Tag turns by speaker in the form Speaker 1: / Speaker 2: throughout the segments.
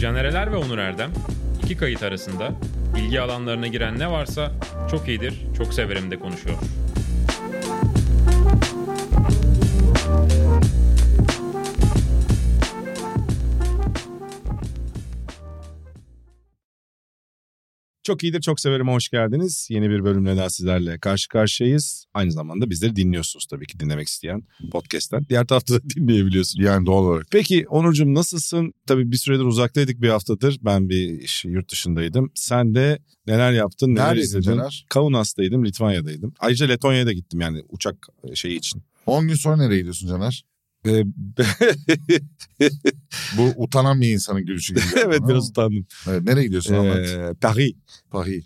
Speaker 1: Caner Eler ve Onur Erdem iki kayıt arasında ilgi alanlarına giren ne varsa çok iyidir, çok severim de konuşuyor.
Speaker 2: Çok iyidir, çok severim. Hoş geldiniz. Yeni bir bölümle daha sizlerle karşı karşıyayız. Aynı zamanda bizleri dinliyorsunuz tabii ki dinlemek isteyen podcast'ten. Diğer tarafta da dinleyebiliyorsunuz.
Speaker 3: Yani doğal olarak.
Speaker 2: Peki Onurcuğum nasılsın? Tabii bir süredir uzaktaydık bir haftadır. Ben bir iş, yurt dışındaydım. Sen de neler yaptın, neler
Speaker 3: Neredeydin
Speaker 2: izledin?
Speaker 3: Caner?
Speaker 2: Kaunas'taydım, Litvanya'daydım. Ayrıca Letonya'ya da gittim yani uçak e, şeyi için.
Speaker 3: 10 gün sonra nereye gidiyorsun Caner?
Speaker 2: Ee,
Speaker 3: Bu utanan bir insanın gülüşü gibi.
Speaker 2: evet
Speaker 3: Ama-
Speaker 2: biraz utandım.
Speaker 3: Evet, nereye gidiyorsun anlat.
Speaker 2: Ee, Paris.
Speaker 3: Pahi.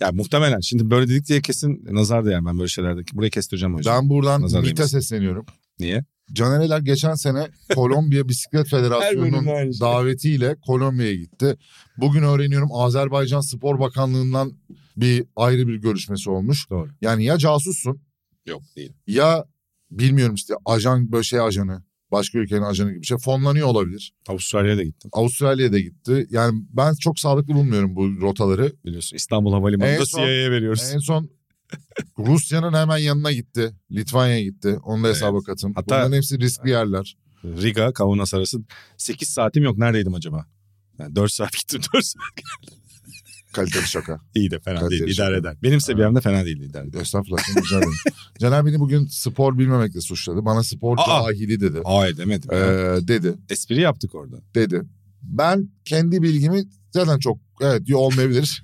Speaker 2: Yani muhtemelen şimdi böyle dedik diye kesin nazar değer ben böyle şeylerde. Burayı kestireceğim o yüzden.
Speaker 3: Ben
Speaker 2: Nazar
Speaker 3: buradan MİT'e
Speaker 2: değmesin.
Speaker 3: sesleniyorum.
Speaker 2: Niye?
Speaker 3: Caner Eler geçen sene Kolombiya Bisiklet Federasyonu'nun
Speaker 2: aynı şey.
Speaker 3: davetiyle Kolombiya'ya gitti. Bugün öğreniyorum Azerbaycan Spor Bakanlığı'ndan bir ayrı bir görüşmesi olmuş.
Speaker 2: Doğru.
Speaker 3: Yani ya casussun
Speaker 2: Yok değil.
Speaker 3: ya bilmiyorum işte ajan böyle şey ajanı başka ülkenin ajanı gibi bir şey fonlanıyor olabilir.
Speaker 2: Avustralya'ya da gittim
Speaker 3: Avustralya'ya da gitti. Yani ben çok sağlıklı bulmuyorum bu rotaları.
Speaker 2: biliyorsun. İstanbul Havalimanı'nda
Speaker 3: En son-
Speaker 2: CIA'ya veriyoruz.
Speaker 3: En son Rusya'nın hemen yanına gitti. Litvanya'ya gitti. Onu da hesaba katın.
Speaker 2: Hatta-
Speaker 3: Bunların hepsi riskli yerler.
Speaker 2: Riga, Kaunas arası 8 saatim yok. Neredeydim acaba? Yani 4 saat gittim 4 saat.
Speaker 3: Kaliteli şaka.
Speaker 2: İyi de fena
Speaker 3: Kaç
Speaker 2: değil
Speaker 3: yaş-
Speaker 2: idare eder. Benim seviyemde fena değil idare eder.
Speaker 3: Estağfurullah. seni rica ederim. Caner beni bugün spor bilmemekle suçladı. Bana spor
Speaker 2: Aa!
Speaker 3: cahili dedi.
Speaker 2: Hayır demedim.
Speaker 3: Ee, dedi.
Speaker 2: Espri yaptık orada.
Speaker 3: Dedi. Ben kendi bilgimi zaten çok evet diyor olmayabilir.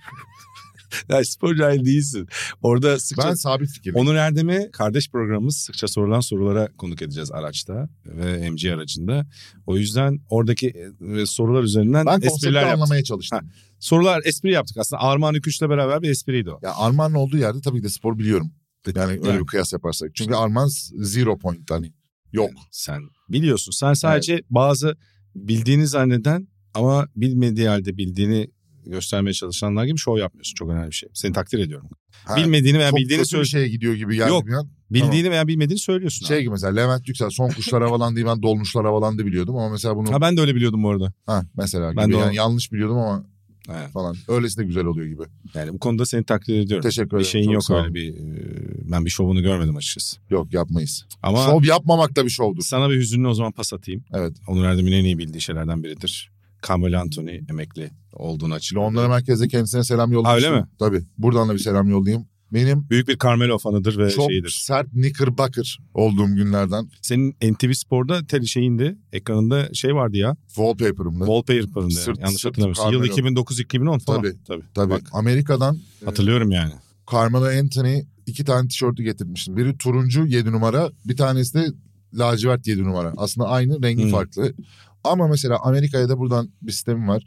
Speaker 2: Ya spor cahil değilsin. Orada sıkça...
Speaker 3: ben sabit fikirliyim.
Speaker 2: Onur Erdem'i kardeş programımız sıkça sorulan sorulara konuk edeceğiz araçta ve MG aracında. O yüzden oradaki e, sorular üzerinden
Speaker 3: Ben konsepti
Speaker 2: espriler yaptık.
Speaker 3: anlamaya çalıştım.
Speaker 2: Sorular espri yaptık aslında. Armağan Üküç'le beraber bir espriydi o.
Speaker 3: Ya Arman'ın olduğu yerde tabii ki de spor biliyorum. Yani öyle
Speaker 2: Yani.
Speaker 3: bir kıyas yaparsak. Çünkü Arman zero point hani. Yok.
Speaker 2: Sen biliyorsun. Sen sadece bazı bildiğini zanneden ama bilmediği halde bildiğini göstermeye çalışanlar gibi şov yapmıyorsun. Çok önemli bir şey. Seni takdir ediyorum.
Speaker 3: Ha,
Speaker 2: bilmediğini veya
Speaker 3: çok
Speaker 2: bildiğini
Speaker 3: kötü
Speaker 2: söyle.
Speaker 3: bir şeye gidiyor gibi geldi
Speaker 2: Yok.
Speaker 3: bir an.
Speaker 2: Bildiğini veya bilmediğini söylüyorsun.
Speaker 3: Şey gibi mesela Levent Yüksel son kuşlar havalandı ben dolmuşlar havalandı biliyordum ama mesela bunu
Speaker 2: abi. Ha ben de öyle biliyordum bu arada.
Speaker 3: ha, mesela
Speaker 2: Ben
Speaker 3: gibi
Speaker 2: de o-
Speaker 3: yani yanlış biliyordum ama
Speaker 2: Evet.
Speaker 3: falan. Öylesi de güzel oluyor gibi.
Speaker 2: Yani bu konuda seni takdir ediyorum.
Speaker 3: Teşekkür ederim.
Speaker 2: bir şeyin
Speaker 3: çok
Speaker 2: yok
Speaker 3: sağ
Speaker 2: öyle
Speaker 3: olun.
Speaker 2: bir e, ben bir şovunu görmedim açıkçası.
Speaker 3: Yok yapmayız.
Speaker 2: Ama
Speaker 3: Şov yapmamak da bir şovdur.
Speaker 2: sana bir hüzünlü o zaman pas atayım.
Speaker 3: Evet.
Speaker 2: Onur Erdem'in en iyi bildiği şeylerden biridir. Kamil Anthony emekli olduğunu açıkladı.
Speaker 3: Londra merkezde kendisine selam yolladım.
Speaker 2: Ha, öyle mi?
Speaker 3: Tabii. Buradan da bir selam yollayayım. Benim
Speaker 2: Büyük bir Carmelo fanıdır ve
Speaker 3: çok
Speaker 2: şeyidir.
Speaker 3: sert knickerbacker olduğum günlerden
Speaker 2: Senin NTV Spor'da tel şeyinde ekranında şey vardı ya.
Speaker 3: wallpaper'ımda.
Speaker 2: Wallpaper'ında.
Speaker 3: Sırt-
Speaker 2: yanlış
Speaker 3: sırt
Speaker 2: hatırlamıyorsun. Yıl
Speaker 3: Carmelo.
Speaker 2: 2009-2010 falan.
Speaker 3: Tabii,
Speaker 2: Tabii.
Speaker 3: Tabii.
Speaker 2: Bak,
Speaker 3: Amerika'dan
Speaker 2: hatırlıyorum yani.
Speaker 3: Carmelo Anthony iki tane tişörtü getirmiştim. Biri turuncu 7 numara, bir tanesi de lacivert 7 numara. Aslında aynı, rengi
Speaker 2: Hmm.
Speaker 3: farklı. Ama mesela Amerika'ya da buradan bir sistemi var.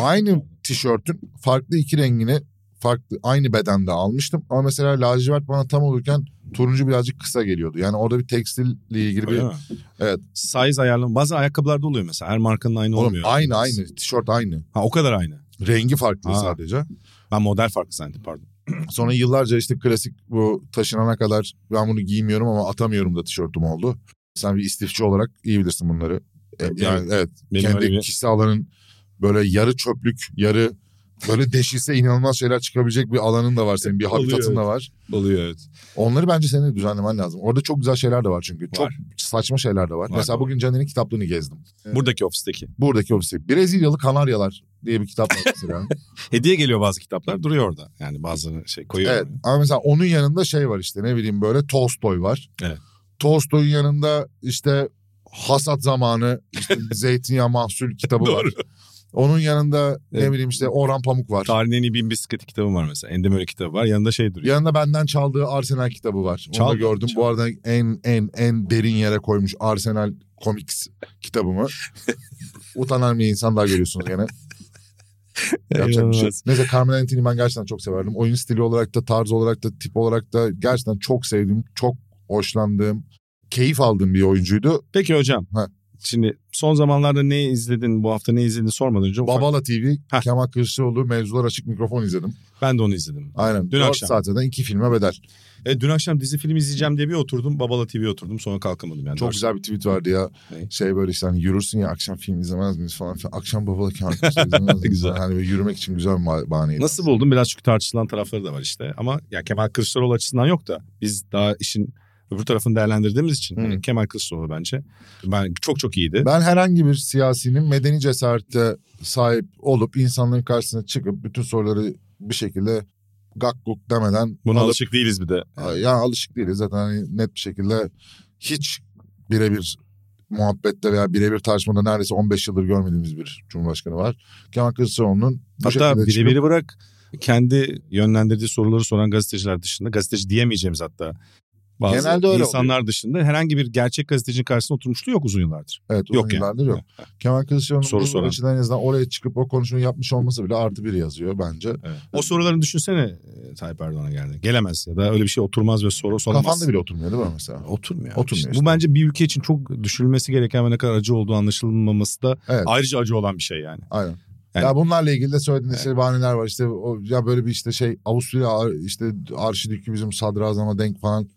Speaker 3: Aynı tişörtün farklı iki rengini farklı aynı bedende almıştım. Ama mesela lacivert bana tam olurken turuncu birazcık kısa geliyordu. Yani orada bir tekstille ilgili bir
Speaker 2: Öyle mi?
Speaker 3: Evet.
Speaker 2: Size ayarlama. Bazı ayakkabılarda oluyor mesela. Her markanın aynı
Speaker 3: Oğlum
Speaker 2: olmuyor.
Speaker 3: aynı aynı tişört aynı.
Speaker 2: Ha o kadar aynı.
Speaker 3: Rengi farklı
Speaker 2: Ha.
Speaker 3: sadece.
Speaker 2: Ben model farklı zannettim pardon.
Speaker 3: Sonra yıllarca işte klasik bu taşınana kadar ben bunu giymiyorum ama atamıyorum da tişörtüm oldu. Sen bir istifçi olarak iyi bilirsin bunları. E,
Speaker 2: Evet.
Speaker 3: Yani evet
Speaker 2: Benim öyle
Speaker 3: kendi
Speaker 2: bir-
Speaker 3: kişisel alanın böyle yarı çöplük yarı böyle deşilse inanılmaz şeyler çıkabilecek bir alanın da var senin bir
Speaker 2: Oluyor,
Speaker 3: habitatın da
Speaker 2: evet.
Speaker 3: var.
Speaker 2: Oluyor evet.
Speaker 3: Onları bence senin de düzenlemen lazım. Orada çok güzel şeyler de var çünkü. Çok
Speaker 2: Var.
Speaker 3: saçma şeyler de var.
Speaker 2: Var,
Speaker 3: Mesela
Speaker 2: var.
Speaker 3: bugün Caner'in kitaplığını gezdim.
Speaker 2: Buradaki ofisteki.
Speaker 3: Buradaki ofisi Brezilyalı Kanaryalar diye bir kitap var mesela.
Speaker 2: Hediye geliyor bazı kitaplar duruyor orada. Yani bazı şey koyuyor.
Speaker 3: Evet ama mesela onun yanında şey var işte ne bileyim böyle Tolstoy var.
Speaker 2: Evet.
Speaker 3: Tolstoy'un yanında işte hasat zamanı işte zeytinyağı mahsul kitabı
Speaker 2: Doğru.
Speaker 3: var. Onun yanında
Speaker 2: Evet.
Speaker 3: ne bileyim işte Orhan Pamuk var.
Speaker 2: Tarihin en iyi bin bisikleti kitabı var mesela. Endemöre kitabı var. Yanında şey duruyor.
Speaker 3: Yanında benden çaldığı Arsenal kitabı var. Onu
Speaker 2: Çaldı,
Speaker 3: da gördüm.
Speaker 2: çaldı.
Speaker 3: Bu arada en en en derin yere koymuş Arsenal Comics kitabımı. Utanan bir insan daha görüyorsunuz gene. Yapacak bir şey. yok.
Speaker 2: İnanılmaz.
Speaker 3: Neyse Carmen Anthony'yi ben gerçekten çok severdim. Oyun stili olarak da, tarz olarak da, tip olarak da gerçekten çok sevdiğim, çok hoşlandığım, keyif aldığım bir oyuncuydu.
Speaker 2: Peki hocam.
Speaker 3: Ha.
Speaker 2: şimdi son zamanlarda ne izledin bu hafta ne izledin sormadan önce. ufak-
Speaker 3: Babala TV,
Speaker 2: Heh.
Speaker 3: Kemal Kılıçdaroğlu mevzular açık mikrofon izledim. Ben
Speaker 2: de onu izledim.
Speaker 3: Aynen.
Speaker 2: Dün
Speaker 3: Dört
Speaker 2: akşam.
Speaker 3: saat zaten iki filme bedel.
Speaker 2: E, dün akşam dizi film izleyeceğim diye bir oturdum. Babala TV'ye oturdum sonra kalkamadım yani.
Speaker 3: Çok güzel bir tweet vardı ya.
Speaker 2: Ne?
Speaker 3: Şey böyle işte hani yürürsün ya akşam film izlemez miyiz falan filan. Akşam babala Kemal Kılıçdaroğlu izlemez miyiz?
Speaker 2: Güzel.
Speaker 3: Hani böyle yürümek için güzel bir bah- bahaneydi.
Speaker 2: Nasıl buldun? Biraz çünkü tartışılan tarafları da var işte. Ama ya Kemal Kılıçdaroğlu açısından yok da biz daha işin öbür tarafını değerlendirdiğimiz için
Speaker 3: Hı.
Speaker 2: hani Kemal Kılıçdaroğlu bence ben çok çok iyiydi.
Speaker 3: Ben herhangi bir siyasinin medeni cesarete sahip olup insanların karşısına çıkıp bütün soruları bir şekilde gak guk demeden
Speaker 2: Buna
Speaker 3: alıp-
Speaker 2: alışık değiliz bir de.
Speaker 3: Ya alışık değiliz zaten hani net bir şekilde hiç birebir muhabbette veya birebir tartışmada neredeyse 15 yıldır görmediğimiz bir cumhurbaşkanı var. Kemal Kılıçdaroğlu'nun bu
Speaker 2: Hatta
Speaker 3: şekilde çıkıp-
Speaker 2: birebiri bırak kendi yönlendirdiği soruları soran gazeteciler dışında gazeteci diyemeyeceğimiz hatta bazı
Speaker 3: Genelde öyle
Speaker 2: insanlar dışında herhangi bir gerçek gazetecinin karşısında oturmuşluğu yok uzun yıllardır.
Speaker 3: Evet
Speaker 2: Yok
Speaker 3: yok
Speaker 2: yani.
Speaker 3: yıllardır yok. Kemal Kılıçdaroğlu'nun
Speaker 2: Soru
Speaker 3: bu
Speaker 2: soran.
Speaker 3: açıdan en azından oraya çıkıp o konuşmayı yapmış olması bile artı bir yazıyor bence.
Speaker 2: O sorularını düşünsene e, Tayyip Erdoğan'a geldi. Gelemez ya da öyle bir şey oturmaz ve soru sormaz.
Speaker 3: Kafanda bile oturmuyor değil mi mesela?
Speaker 2: Oturmuyor.
Speaker 3: Oturmuyor
Speaker 2: İşte
Speaker 3: işte.
Speaker 2: Bu bence bir ülke için çok düşülmesi gereken ve ne kadar acı olduğu anlaşılmaması da
Speaker 3: Evet.
Speaker 2: ayrıca acı olan bir şey yani.
Speaker 3: Aynen.
Speaker 2: Yani-
Speaker 3: Ya bunlarla ilgili de söylediğiniz
Speaker 2: Evet.
Speaker 3: şey bahaneler var. İşte o, ya böyle bir işte şey Avusturya ar- işte arşidükü bizim sadrazama denk falan.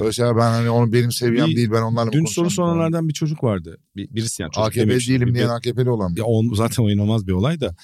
Speaker 3: Böyle şeyler ben hani onun benim seviyem
Speaker 2: Bir-
Speaker 3: değil ben onlarla mı
Speaker 2: Dün
Speaker 3: konuşamam
Speaker 2: soru
Speaker 3: falan.
Speaker 2: soranlardan bir çocuk vardı. Bir, birisi yani çocuk
Speaker 3: AKP
Speaker 2: demek şimdi. Bir-
Speaker 3: değilim diyen AKP'li olan.
Speaker 2: Ya on, zaten o inanılmaz bir olay da.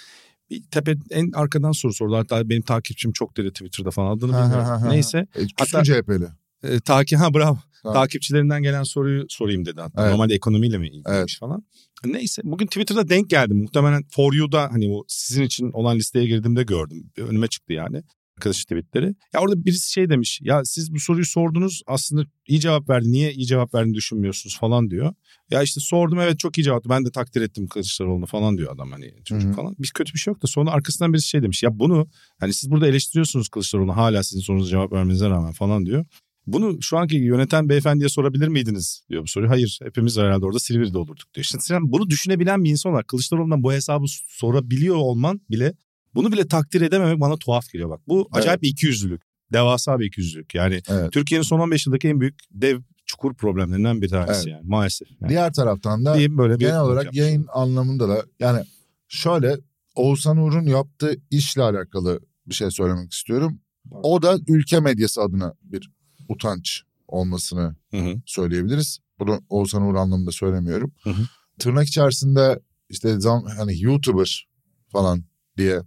Speaker 2: Bir tepe en arkadan soru sordu. Hatta benim takipçim çok dedi Twitter'da falan adını
Speaker 3: Ha, ha,
Speaker 2: bilmiyorum.
Speaker 3: ha, ha.
Speaker 2: Neyse.
Speaker 3: E, küskün
Speaker 2: Hatta-
Speaker 3: CHP'li.
Speaker 2: E, taki, ha bravo.
Speaker 3: Ha.
Speaker 2: Takipçilerinden gelen soruyu sorayım dedi hatta.
Speaker 3: Evet.
Speaker 2: Normalde ekonomiyle mi ilgiliymiş
Speaker 3: Evet.
Speaker 2: falan. Neyse bugün Twitter'da denk geldim. Muhtemelen For You'da hani o sizin için olan listeye girdiğimde gördüm. Önüme çıktı yani arkadaşı tweetleri. Ya orada birisi şey demiş. Ya siz bu soruyu sordunuz aslında iyi cevap verdi. Niye iyi cevap verdiğini düşünmüyorsunuz falan diyor. Ya işte sordum evet çok iyi cevaptı. Ben de takdir ettim Kılıçdaroğlu'nu falan diyor adam hani çocuk
Speaker 3: Hı hı.
Speaker 2: falan. Biz kötü bir şey yok da sonra arkasından birisi şey demiş. Ya bunu hani siz burada eleştiriyorsunuz Kılıçdaroğlu'nu hala sizin sorunuza cevap vermenize rağmen falan diyor. Bunu şu anki yöneten beyefendiye sorabilir miydiniz diyor bu soruyu. Hayır hepimiz herhalde orada Silivri'de olurduk diyor. Şimdi sen bunu düşünebilen bir insan olarak Kılıçdaroğlu'ndan bu hesabı sorabiliyor olman bile bunu bile takdir edememek bana tuhaf geliyor bak. Bu acayip bir ikiyüzlülük. Devasa bir ikiyüzlülük. Yani
Speaker 3: Evet.
Speaker 2: Türkiye'nin son 15 yıldaki en büyük dev çukur problemlerinden bir tanesi
Speaker 3: Evet.
Speaker 2: yani maalesef. Yani
Speaker 3: Diğer taraftan da
Speaker 2: diyeyim böyle bir
Speaker 3: genel olarak
Speaker 2: yapmış.
Speaker 3: yayın anlamında da yani şöyle Oğuzhan Uğur'un yaptığı işle alakalı bir şey söylemek istiyorum. O da ülke medyası adına bir utanç olmasını
Speaker 2: Hı hı.
Speaker 3: söyleyebiliriz. Bunu Oğuzhan Uğur anlamında söylemiyorum.
Speaker 2: Hı hı.
Speaker 3: Tırnak içerisinde işte zam, hani YouTuber falan diye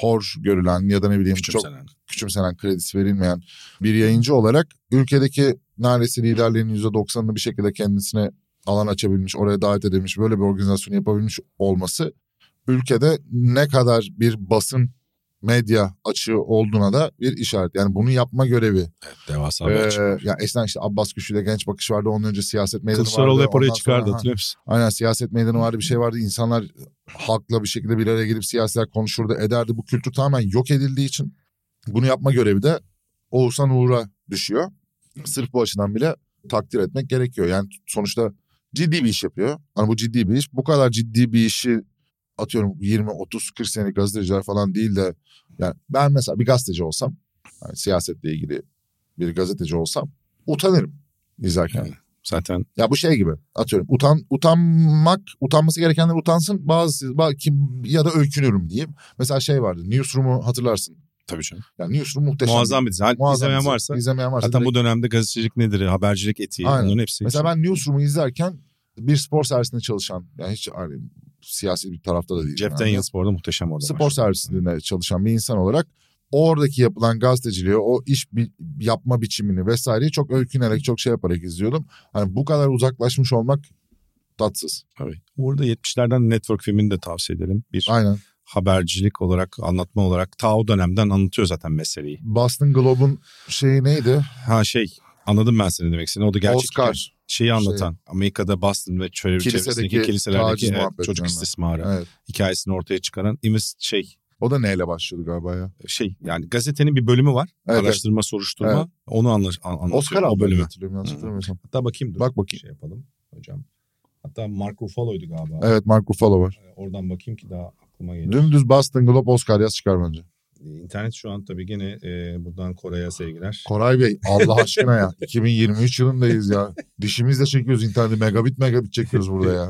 Speaker 3: hor görülen ya da ne bileyim çok
Speaker 2: Küçümsenen.
Speaker 3: küçümsenen, kredisi verilmeyen bir yayıncı olarak ülkedeki neredeyse liderliğinin %90'ını bir şekilde kendisine alan açabilmiş, oraya davet edilmiş, böyle bir organizasyon yapabilmiş olması ülkede ne kadar bir basın medya açığı olduğuna da bir işaret. Yani bunu yapma görevi.
Speaker 2: Evet, devasa bir açık.
Speaker 3: Ee, ya eskiden işte Abbas Güçlü'yle Genç Bakış vardı. Ondan önce siyaset meydanı
Speaker 2: Kılıçdaroğlu
Speaker 3: vardı.
Speaker 2: hep oraya
Speaker 3: ondan sonra-
Speaker 2: çıkardı
Speaker 3: Ha,
Speaker 2: hatırlıyor musun?
Speaker 3: Aynen siyaset meydanı vardı bir şey vardı. İnsanlar halkla bir şekilde bir araya gelip siyasiler konuşurdu ederdi. Bu kültür tamamen yok edildiği için bunu yapma görevi de Oğuzhan Uğur'a düşüyor. Sırf bu açıdan bile takdir etmek gerekiyor. Yani sonuçta ciddi bir iş yapıyor. Hani bu ciddi bir iş. Bu kadar ciddi bir işi atıyorum 20, 30, 40 senelik gazeteciler falan değil de yani ben mesela bir gazeteci olsam yani siyasetle ilgili bir gazeteci olsam utanırım izlerken.
Speaker 2: Evet. Zaten
Speaker 3: Ya bu şey gibi atıyorum utan utanmak utanması gerekenler utansın bazı ba- kim ya da öykünürüm diyeyim. Mesela şey vardı Newsroom'u hatırlarsın.
Speaker 2: tabii canım.
Speaker 3: Yani Newsroom muhteşem.
Speaker 2: Muazzam bir dizi. Hani
Speaker 3: Muazzam
Speaker 2: izlemeyen
Speaker 3: dizi.
Speaker 2: varsa.
Speaker 3: İzlemeyen varsa.
Speaker 2: Zaten
Speaker 3: direkt-
Speaker 2: bu dönemde gazetecilik nedir, habercilik etiği
Speaker 3: Aynen.
Speaker 2: bunların hepsi.
Speaker 3: Mesela ben Newsroom'u izlerken bir spor servisinde çalışan yani hiç hani, siyasi bir tarafta da değil.
Speaker 2: Jeff
Speaker 3: yani.
Speaker 2: Daniels bu arada muhteşem orada.
Speaker 3: Spor
Speaker 2: maşallah.
Speaker 3: servisinde çalışan bir insan olarak oradaki yapılan gazeteciliği, o iş bi- yapma biçimini vesaireyi çok öykünerek, çok şey yaparak izliyordum. Hani bu kadar uzaklaşmış olmak tatsız.
Speaker 2: Tabii. Burada 70'lerden Network filmini de tavsiye edelim. Bir
Speaker 3: Aynen.
Speaker 2: habercilik olarak, anlatma olarak ta o dönemden anlatıyor zaten meseleyi.
Speaker 3: Boston Globe'un şeyi neydi?
Speaker 2: Ha şey anladım ben seni demek istediğini. O da gerçek şey.
Speaker 3: Oscar. şey.
Speaker 2: şeyi anlatan. Amerika'da Boston ve çevre-
Speaker 3: Kilisedeki
Speaker 2: çevresindeki kiliselerdeki
Speaker 3: taciz
Speaker 2: evet,
Speaker 3: muhabbeti
Speaker 2: çocuk
Speaker 3: yani.
Speaker 2: istismarı
Speaker 3: Evet.
Speaker 2: hikayesini ortaya çıkaran imiz şey
Speaker 3: O da neyle başlıyordu galiba ya?
Speaker 2: şey yani gazetenin bir bölümü var.
Speaker 3: Evet,
Speaker 2: Araştırma, soruşturma.
Speaker 3: Evet.
Speaker 2: Onu anla, an- anlatıyor.
Speaker 3: Oscar
Speaker 2: o
Speaker 3: aldı
Speaker 2: bölümü.
Speaker 3: hatırlıyorum yanlış
Speaker 2: Hı.
Speaker 3: hatırlamıyorsam.
Speaker 2: Hatta bakayım dur.
Speaker 3: Bak bakayım.
Speaker 2: Şey yapalım hocam. Hatta Mark Ruffalo'ydu galiba. Ee,
Speaker 3: Evet Mark Ruffalo var.
Speaker 2: Oradan bakayım ki daha aklıma gelir.
Speaker 3: Dümdüz Boston Globe Oscar yaz çıkar bence.
Speaker 2: İnternet şu an tabii gene e, buradan Kore'ye sevgiler.
Speaker 3: Koray Bey Allah aşkına ya 2023 yılındayız ya. Dişimizle çekiyoruz interneti megabit megabit çekiyoruz burada ya.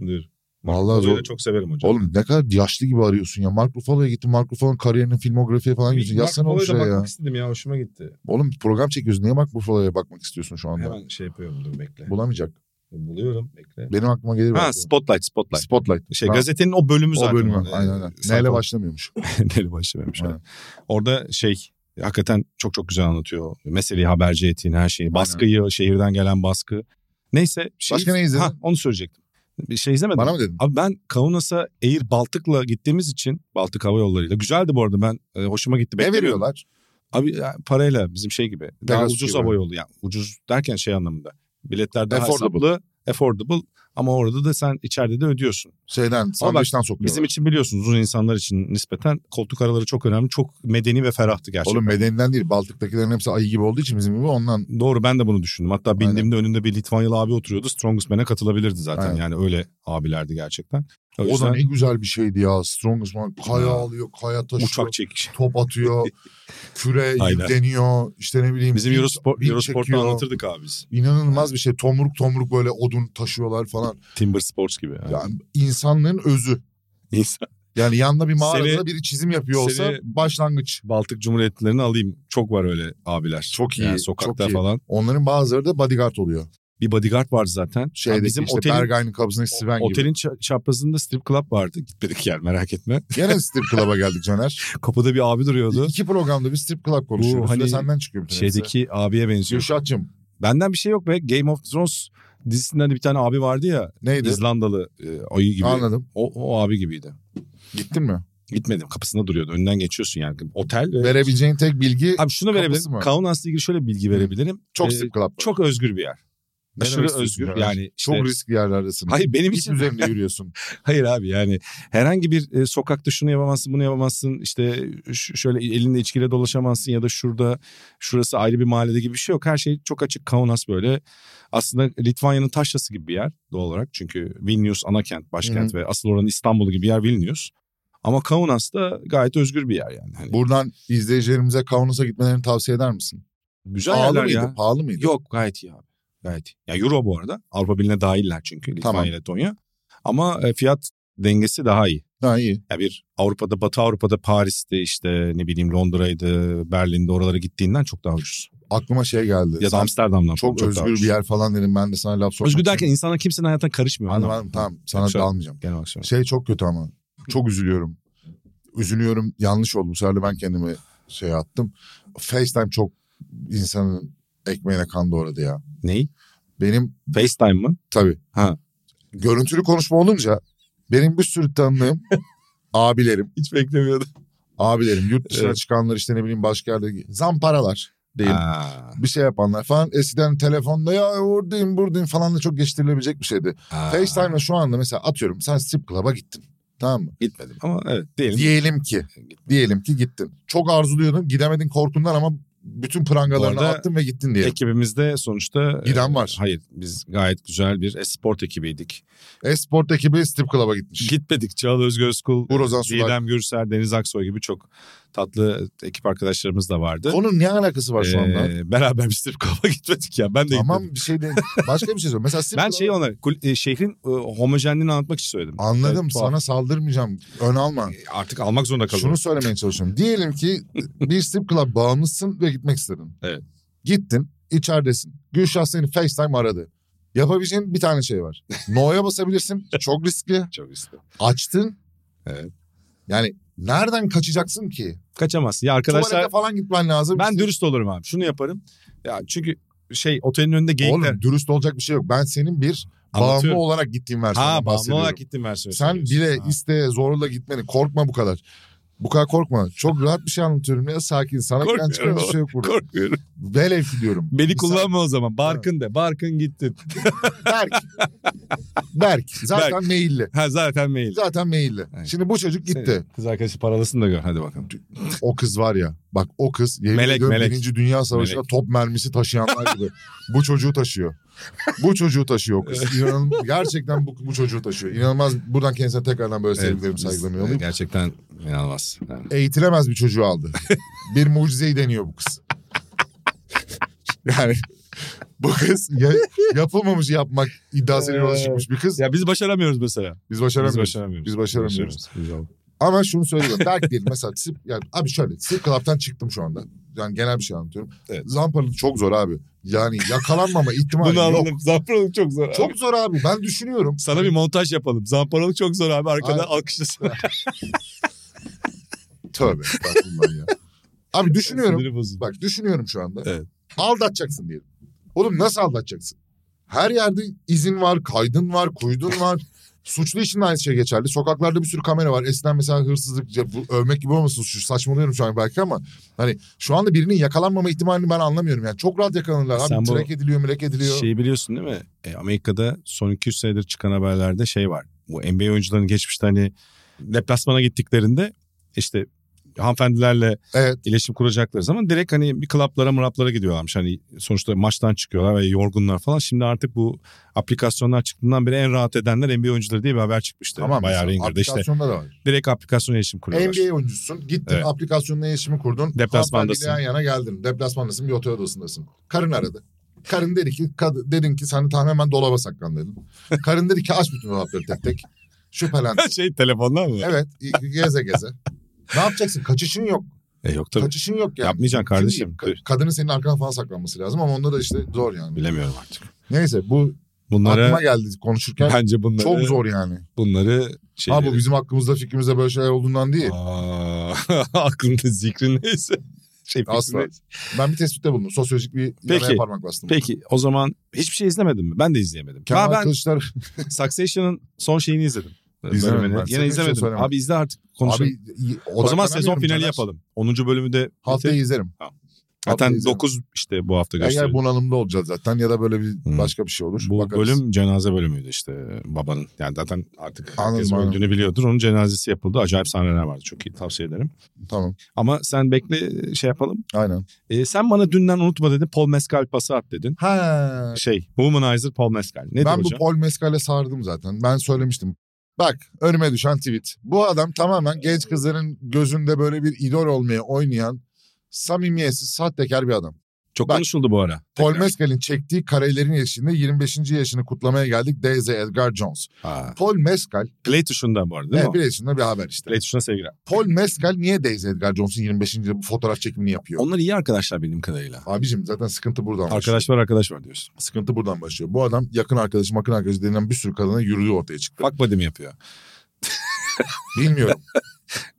Speaker 2: Dur.
Speaker 3: Vallahi
Speaker 2: Kore'yi
Speaker 3: zor.
Speaker 2: de çok severim hocam.
Speaker 3: Oğlum ne kadar yaşlı gibi arıyorsun ya. Mark Ruffalo'ya gittim. Mark Ruffalo'nun kariyerinin filmografiye falan gidiyorsun.
Speaker 2: Mark
Speaker 3: Yazsana o
Speaker 2: Polo'ya da
Speaker 3: şuraya
Speaker 2: bakmak
Speaker 3: ya.
Speaker 2: istedim ya hoşuma gitti.
Speaker 3: Oğlum program çekiyoruz. Niye Mark Ruffalo'ya bakmak istiyorsun şu anda?
Speaker 2: Hemen şey yapıyorum dur bekle.
Speaker 3: Bulamayacak.
Speaker 2: Buluyorum bekle.
Speaker 3: Benim aklıma gelir.
Speaker 2: Ha
Speaker 3: belki.
Speaker 2: Spotlight Spotlight.
Speaker 3: Spotlight.
Speaker 2: Şey
Speaker 3: Ha,
Speaker 2: gazetenin o bölümü
Speaker 3: o
Speaker 2: zaten.
Speaker 3: bölümü.
Speaker 2: orada.
Speaker 3: Aynen aynen.
Speaker 2: Ee,
Speaker 3: Neyle
Speaker 2: sayfa-
Speaker 3: başlamıyormuş.
Speaker 2: Neyle başlamış.
Speaker 3: Aynen.
Speaker 2: Orada şey hakikaten çok çok güzel anlatıyor. Meseleyi haberci ettiğini her şeyi. Baskıyı şehirden gelen baskı. Neyse. Şey,
Speaker 3: Başka ne izledin?
Speaker 2: Ha, onu söyleyecektim. Bir şey izlemedim.
Speaker 3: Bana mı dedin?
Speaker 2: Abi ben Kaunas'a Air Baltık'la gittiğimiz için Baltık Hava Yolları'yla. Güzeldi bu arada ben e, hoşuma gitti.
Speaker 3: Ne
Speaker 2: Beklemiyordum.
Speaker 3: veriyorlar?
Speaker 2: Abi ya, parayla bizim şey gibi. Daha
Speaker 3: Pegasus
Speaker 2: ucuz
Speaker 3: gibi.
Speaker 2: hava yolu yani. Ucuz derken şey anlamında. Biletler daha
Speaker 3: Affordable.
Speaker 2: hesaplı, affordable ama orada da sen içeride de ödüyorsun.
Speaker 3: Şeyden, sandviçten sokuyorlar.
Speaker 2: Bizim için biliyorsunuz uzun insanlar için nispeten koltuk araları çok önemli. Çok medeni ve ferahtı gerçekten.
Speaker 3: Oğlum medeniden değil. Baltık'takilerin hepsi ayı gibi olduğu için bizim gibi ondan.
Speaker 2: Doğru ben de bunu düşündüm. Hatta
Speaker 3: Aynen.
Speaker 2: bindiğimde önünde bir Litvanyalı abi oturuyordu. Strongest Man'e katılabilirdi zaten.
Speaker 3: Aynen.
Speaker 2: Yani öyle abilerdi gerçekten. O,
Speaker 3: O, da
Speaker 2: yüzden
Speaker 3: ne güzel bir şeydi ya. Strongest Man kaya
Speaker 2: Ha.
Speaker 3: alıyor, kaya taşıyor.
Speaker 2: uçak çekiş.
Speaker 3: top atıyor, küre
Speaker 2: Aynen.
Speaker 3: yükleniyor, işte ne bileyim.
Speaker 2: Bizim
Speaker 3: bin-
Speaker 2: Eurosport,
Speaker 3: bin
Speaker 2: Eurosport'ta
Speaker 3: çekiyor.
Speaker 2: anlatırdık abi biz.
Speaker 3: İnanılmaz bir şey. Tomruk tomruk böyle odun taşıyorlar falan.
Speaker 2: Timber Sports gibi. Yani.
Speaker 3: Yani insanlığın özü.
Speaker 2: İnsan-
Speaker 3: Yani yanında bir mağarada
Speaker 2: Seni-
Speaker 3: biri çizim yapıyor olsa
Speaker 2: seni-
Speaker 3: başlangıç.
Speaker 2: Baltık Cumhuriyetlerini alayım. Çok var öyle abiler.
Speaker 3: Çok iyi,
Speaker 2: Yani sokakta
Speaker 3: çok iyi.
Speaker 2: falan.
Speaker 3: Onların bazıları da bodyguard oluyor.
Speaker 2: Bir bodyguard vardı zaten.
Speaker 3: Şeydeki
Speaker 2: Ya bizim
Speaker 3: işte
Speaker 2: otelin,
Speaker 3: Berghain'in kabzındaki Sven gibi.
Speaker 2: otelin ça- çaprazında strip club vardı. Gitmedik yer merak etme.
Speaker 3: Gene strip club'a geldik Caner.
Speaker 2: Kapıda bir abi duruyordu.
Speaker 3: İki programda bir strip club konuşuyoruz.
Speaker 2: hani
Speaker 3: Ve senden çıkıyor bütün hepsi.
Speaker 2: Şeydeki abiye benziyor.
Speaker 3: Gülşah'cığım
Speaker 2: Benden bir şey yok be. Game of Thrones dizisinde hani bir tane abi vardı ya.
Speaker 3: neydi?
Speaker 2: İzlandalı e, ayı gibi.
Speaker 3: Anladım.
Speaker 2: O, o abi gibiydi.
Speaker 3: Gittin mi?
Speaker 2: Gitmedim kapısında duruyordu. Önünden geçiyorsun yani. Otel ve...
Speaker 3: Verebileceğin tek bilgi
Speaker 2: Abi şunu
Speaker 3: Kapısı
Speaker 2: verebilirim.
Speaker 3: mı?
Speaker 2: Kaunas'la ilgili şöyle bir bilgi verebilirim.
Speaker 3: çok
Speaker 2: Ee,
Speaker 3: strip club.
Speaker 2: Çok özgür bir yer.
Speaker 3: Ne
Speaker 2: Aşırı
Speaker 3: demek istiyorsun
Speaker 2: özgür
Speaker 3: Caner?
Speaker 2: yani. işte-
Speaker 3: Çok riskli yerlerdesin.
Speaker 2: Hayır benim
Speaker 3: İp
Speaker 2: için
Speaker 3: üzerinde yürüyorsun.
Speaker 2: Hayır abi yani herhangi bir e, sokakta şunu yapamazsın bunu yapamazsın işte ş- şöyle elinde içkiyle dolaşamazsın ya da şurada şurası ayrı bir mahallede gibi bir şey yok. Her şey çok açık Kaunas böyle aslında Litvanya'nın taşrası gibi bir yer doğal olarak çünkü Vilnius ana kent başkent ve asıl oranın İstanbul'u gibi bir yer Vilnius. Ama Kaunas da gayet özgür bir yer yani. Hani
Speaker 3: Buradan izleyicilerimize Kaunas'a gitmelerini tavsiye eder misin?
Speaker 2: güzel
Speaker 3: Pahalı
Speaker 2: yerler
Speaker 3: mıydı?
Speaker 2: ya.
Speaker 3: Pahalı mıydı?
Speaker 2: Yok gayet iyi abi. Gayet iyi. Ya Euro bu arada. Avrupa Birliği'ne dahiller çünkü Litvanya
Speaker 3: Tamam.
Speaker 2: Letonya. Ama e, fiyat dengesi daha iyi.
Speaker 3: Ha iyi.
Speaker 2: Ya bir Avrupa'da, Batı Avrupa'da Paris'te işte ne bileyim Londra'ydı, Berlin'de oralara gittiğinden çok daha ucuz.
Speaker 3: Aklıma şey geldi.
Speaker 2: Ya da
Speaker 3: Sen
Speaker 2: Amsterdam'dan
Speaker 3: çok,
Speaker 2: çok daha
Speaker 3: özgür
Speaker 2: ucuz.
Speaker 3: bir yer falan dedim ben de sana laf sormak
Speaker 2: Özgür
Speaker 3: için-
Speaker 2: derken insanlar kimsenin hayatına karışmıyor.
Speaker 3: Anladım,
Speaker 2: anladın
Speaker 3: anladım.
Speaker 2: mı?
Speaker 3: tamam sana
Speaker 2: Yoksa-
Speaker 3: dalmayacağım.
Speaker 2: Genel olarak söylüyorum.
Speaker 3: Şey çok kötü ama çok üzülüyorum. Üzülüyorum yanlış oldu bu sefer de ben kendimi şey attım. FaceTime çok insanın ekmeğine kan doğradı ya.
Speaker 2: Neyi?
Speaker 3: Benim
Speaker 2: FaceTime mı?
Speaker 3: tabii
Speaker 2: Ha.
Speaker 3: görüntülü konuşma olunca benim bir sürü tanıdığım abilerim
Speaker 2: Hiç beklemiyordum.
Speaker 3: abilerim yurt dışına
Speaker 2: Evet.
Speaker 3: çıkanlar işte ne bileyim başka yerde zamparalar değil.
Speaker 2: Ha,
Speaker 3: bir şey yapanlar falan eskiden telefonda ya oradayım buradayım falan da çok geçtirilebilecek bir şeydi.
Speaker 2: ha.
Speaker 3: FaceTime'la şu anda mesela atıyorum sen strip club'a gittin tamam mı?
Speaker 2: gitmedim ama evet diyelim.
Speaker 3: Diyelim ki diyelim ki gittin. Çok arzuluyordun gidemedin korkundan ama bütün prangalarını
Speaker 2: Bu arada
Speaker 3: attın ve gittin diyelim.
Speaker 2: Ekibimizde sonuçta e,
Speaker 3: Giden var.
Speaker 2: hayır biz gayet güzel bir esport ekibiydik.
Speaker 3: Esport ekibi strip club'a gitmiş.
Speaker 2: Gitmedik Çağla Özgözkul,
Speaker 3: Uğur Ozan Sulak.
Speaker 2: Didem Gürser, Deniz Aksoy gibi çok tatlı ekip arkadaşlarımız da vardı.
Speaker 3: Onun ne alakası var şu anda?
Speaker 2: Ee, beraber bir strip club'a gitmedik ya. Ben de
Speaker 3: tamam
Speaker 2: gitmedim.
Speaker 3: bir şey değil. Başka bir şey söyle. Mesela strip
Speaker 2: Ben
Speaker 3: club'a-
Speaker 2: şeyi ona kul- e, şehrin e, homojenliğini anlatmak için söyledim.
Speaker 3: Anladım
Speaker 2: Evet, tuhaf.
Speaker 3: sana saldırmayacağım. Ön alma.
Speaker 2: E, Artık almak zorunda kalıyorum.
Speaker 3: Şunu söylemeye çalışıyorum. Diyelim ki bir strip club bağımlısın ve gitmek istedin.
Speaker 2: Evet.
Speaker 3: Gittin, içeridesin. Gülşah seni FaceTime aradı. Yapabileceğin bir tane şey var. No'ya basabilirsin. Çok riskli.
Speaker 2: Çok istedim.
Speaker 3: Açtın.
Speaker 2: Evet.
Speaker 3: Yani nereden kaçacaksın ki?
Speaker 2: Kaçamazsın. Ya
Speaker 3: Tuvalete
Speaker 2: arkadaşlar
Speaker 3: falan gitmen lazım.
Speaker 2: ben dürüst olurum abi. Şunu yaparım. Ya çünkü şey otelin önünde geyikler.
Speaker 3: Oğlum dürüst olacak bir şey yok. Ben senin bir bağımlı
Speaker 2: Anlatıyorum.
Speaker 3: olarak gittiğin versiyonu
Speaker 2: Ha bağımlı
Speaker 3: bahsediyorum.
Speaker 2: olarak gittim versiyonu.
Speaker 3: Sen
Speaker 2: söylüyorsun.
Speaker 3: bile
Speaker 2: Ha.
Speaker 3: iste zorla gitmeni. Korkma bu kadar. Bu kadar korkma. Çok rahat bir şey anlatıyorum ya sakin. Sana
Speaker 2: Korkmuyorum
Speaker 3: giden çıkan bir
Speaker 2: oğlum.
Speaker 3: şey yok burada.
Speaker 2: Korkuyorum.
Speaker 3: Velev ki diyorum.
Speaker 2: Beni
Speaker 3: Mesela
Speaker 2: kullanma o zaman. Barkın de. Barkın gittin.
Speaker 3: Berk. Berk. Zaten meyilli.
Speaker 2: Ha zaten mail.
Speaker 3: Zaten meyilli.
Speaker 2: Evet.
Speaker 3: Şimdi bu çocuk gitti.
Speaker 2: Kız arkadaşı paralısını da gör. Hadi bakalım.
Speaker 3: O kız var ya. Bak o kız yemin
Speaker 2: Melek,
Speaker 3: ediyorum
Speaker 2: melek.
Speaker 3: Birinci Dünya Savaşı'nda top mermisi taşıyanlar gibi. bu çocuğu taşıyor. Bu çocuğu taşıyor o kız. İnanılmaz, gerçekten bu, bu çocuğu taşıyor. İnanılmaz. Buradan kendisine tekrardan böyle sevgilerimi saygılarımı yollayayım.
Speaker 2: e, Gerçekten inanılmaz. Yani.
Speaker 3: Eğitilemez bir çocuğu aldı. bir mucizeyi deniyor bu kız. yani bu kız ya, yapılmamış yapmak iddiasıyla yola çıkmış bir kız.
Speaker 2: Ya biz başaramıyoruz mesela.
Speaker 3: Biz başaramıyoruz.
Speaker 2: Biz başaramıyoruz.
Speaker 3: Biz başaramıyoruz.
Speaker 2: Biz-
Speaker 3: Ama şunu söyleyeyim. Berk diyelim mesela sip, yani abi şöyle sip club'tan çıktım şu anda. Yani genel bir şey anlatıyorum.
Speaker 2: Evet.
Speaker 3: Zamparalık çok zor abi. Yani yakalanmama ihtimali
Speaker 2: Bunu
Speaker 3: yok.
Speaker 2: alalım. Zamparalık çok zor abi.
Speaker 3: Çok zor abi ben düşünüyorum.
Speaker 2: Sana bir montaj yapalım. Zamparalık çok zor abi. Arkadan
Speaker 3: Abi-
Speaker 2: alkışlasın.
Speaker 3: Tövbe estağfurullah ya. Abi düşünüyorum.
Speaker 2: Siniri bozuldu.
Speaker 3: Bak düşünüyorum şu anda.
Speaker 2: Evet.
Speaker 3: Aldatacaksın diyelim. Oğlum nasıl aldatacaksın? Her yerde izin var, kaydın var, kuydun var. Suçlu için de aynı şey geçerli. Sokaklarda bir sürü kamera var. Eskiden mesela hırsızlık, ya bu övmek gibi olmasın şu saçmalıyorum şu an belki ama hani şu anda birinin yakalanmama ihtimalini ben anlamıyorum. Yani çok rahat yakalanırlar.
Speaker 2: Sen
Speaker 3: Abi
Speaker 2: bu şey-
Speaker 3: track ediliyor, melek ediliyor.
Speaker 2: Şeyi biliyorsun değil mi? E, Amerika'da son 200 senedir çıkan haberlerde şey var. Bu NBA oyuncuların geçmişte hani deplasmana gittiklerinde işte hanımefendilerle
Speaker 3: Evet.
Speaker 2: iletişim kuracakları zaman direkt hani bir klaplara mıraplara gidiyorlarmış. Hani sonuçta maçtan çıkıyorlar ve yorgunlar falan. Şimdi artık bu aplikasyonlar çıktığından beri en rahat edenler NBA oyuncuları diye bir haber çıkmıştı.
Speaker 3: Tamam
Speaker 2: Bayağı
Speaker 3: mesela
Speaker 2: Ringer'da işte.
Speaker 3: aplikasyonda da var.
Speaker 2: Direkt aplikasyona iletişim kuruyorlar.
Speaker 3: NBA oyuncusun. Gittin
Speaker 2: Evet.
Speaker 3: aplikasyonla iletişimi kurdun.
Speaker 2: Deplasmandasın.
Speaker 3: Hanımefendiyle yan yana geldin. Deplasmandasın bir otel odasındasın. Karın aradı. Karın dedi ki kad- dedin ki sen tam hemen dolaba saklan dedin. Karın dedi ki aç bütün dolapları tek tek. Şüphelendi.
Speaker 2: şey telefonlar mı?
Speaker 3: evet ge- geze geze. Ne yapacaksın? Kaçışın yok.
Speaker 2: E yok tabii.
Speaker 3: Kaçışın yok yani.
Speaker 2: Yapmayacaksın
Speaker 3: Mümkün değil.
Speaker 2: kardeşim.
Speaker 3: Ka- kadının senin arkana falan saklanması lazım ama onda da işte zor yani.
Speaker 2: Bilemiyorum artık.
Speaker 3: Neyse bu aklıma
Speaker 2: Bunlara
Speaker 3: geldi konuşurken.
Speaker 2: bence bunları
Speaker 3: Çok zor yani.
Speaker 2: bunları şey
Speaker 3: Ha bu bizim hakkımızda fikrimizde böyle şeyler olduğundan değil.
Speaker 2: Aa, aklında zikrin neyse. Şey, fikrin
Speaker 3: Asla.
Speaker 2: neyse.
Speaker 3: Ben bir tespitte bulundum. Sosyolojik bir
Speaker 2: Peki.
Speaker 3: Peki. parmak bastım.
Speaker 2: Peki o zaman hiçbir şey izlemedin mi? Ben de izleyemedim.
Speaker 3: Kemal
Speaker 2: Ha, ben
Speaker 3: Kılıçlar
Speaker 2: Succession'ın son şeyini izledim.
Speaker 3: İzlemedim
Speaker 2: Bölümünü.
Speaker 3: ben. Sakın
Speaker 2: Yine
Speaker 3: bir şey
Speaker 2: izlemedim.
Speaker 3: söylemem.
Speaker 2: Abi izle artık konuşalım.
Speaker 3: abi iyi-
Speaker 2: o zaman
Speaker 3: odaklanamıyorum
Speaker 2: sezon finali
Speaker 3: Caner.
Speaker 2: yapalım. 10. bölümü de
Speaker 3: Haftayı
Speaker 2: bitir.
Speaker 3: izlerim. haftayı
Speaker 2: Zaten
Speaker 3: izleyelim.
Speaker 2: 9 işte bu hafta
Speaker 3: Eğer
Speaker 2: gösteriyor.
Speaker 3: bunalımda olacağız zaten ya da böyle bir
Speaker 2: Hmm.
Speaker 3: başka bir şey olur.
Speaker 2: Bu
Speaker 3: Bakarız.
Speaker 2: bölüm cenaze bölümüydü işte babanın. Yani zaten artık
Speaker 3: Anladım,
Speaker 2: herkes
Speaker 3: anladım.
Speaker 2: öldüğünü biliyordur. Onun cenazesi yapıldı. Acayip sahneler vardı. Çok iyi tavsiye ederim.
Speaker 3: Tamam.
Speaker 2: Ama sen bekle şey yapalım.
Speaker 3: Aynen.
Speaker 2: Ee, sen bana dünden unutma dedin. Paul Mescal pası at dedin.
Speaker 3: Ha.
Speaker 2: Şey Womanizer Paul Mescal. Nedir
Speaker 3: ben
Speaker 2: hocam?
Speaker 3: bu Paul Mescal'e sardım zaten. Ben söylemiştim. Bak önüme düşen tweet. Bu adam tamamen genç kızların gözünde böyle bir idol olmaya oynayan samimiyetsiz sahtekar bir adam.
Speaker 2: Çok
Speaker 3: Bak.
Speaker 2: konuşuldu bu ara.
Speaker 3: Paul Mescal'in çektiği karelerin yaşında 25. yaşını kutlamaya geldik. Daisy Edgar Jones.
Speaker 2: Ha.
Speaker 3: Paul Mescal,
Speaker 2: Play tuşundan bu arada değil mi?
Speaker 3: evet,
Speaker 2: o?
Speaker 3: bir yaşında bir haber işte.
Speaker 2: Play tuşuna sevgiler.
Speaker 3: Paul Mescal niye Daisy Edgar Jones'un 25.
Speaker 2: Hmm.
Speaker 3: yılı fotoğraf çekimini yapıyor?
Speaker 2: Onlar iyi arkadaşlar benim kadarıyla.
Speaker 3: Abicim zaten sıkıntı buradan başlıyor.
Speaker 2: Arkadaş var arkadaş var diyorsun.
Speaker 3: Sıkıntı buradan başlıyor. Bu adam yakın arkadaşı, makın arkadaşı denilen bir sürü kadına yürüdüğü ortaya çıktı.
Speaker 2: Fuck buddy mi yapıyor?
Speaker 3: Bilmiyorum.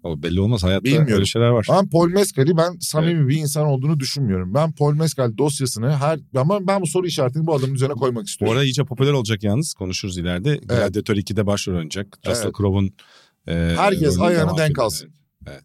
Speaker 2: O belli olmaz hayatta
Speaker 3: Bilmiyorum.
Speaker 2: öyle şeyler var.
Speaker 3: ben Paul Mescal'i ben samimi bir insan olduğunu düşünmüyorum. Ben Paul Mescal dosyasını her... Ama ben bu soru işaretini bu adamın üzerine koymak
Speaker 2: Bu
Speaker 3: istiyorum.
Speaker 2: ara iyice popüler olacak yalnız. Konuşuruz ileride. Gladiator 2'de başrol oynayacak. Russell
Speaker 3: Evet.
Speaker 2: Crowe'un e,
Speaker 3: Herkes
Speaker 2: rolünü
Speaker 3: ayağını
Speaker 2: devam
Speaker 3: denk
Speaker 2: ediyor.
Speaker 3: alsın.
Speaker 2: Evet. Evet.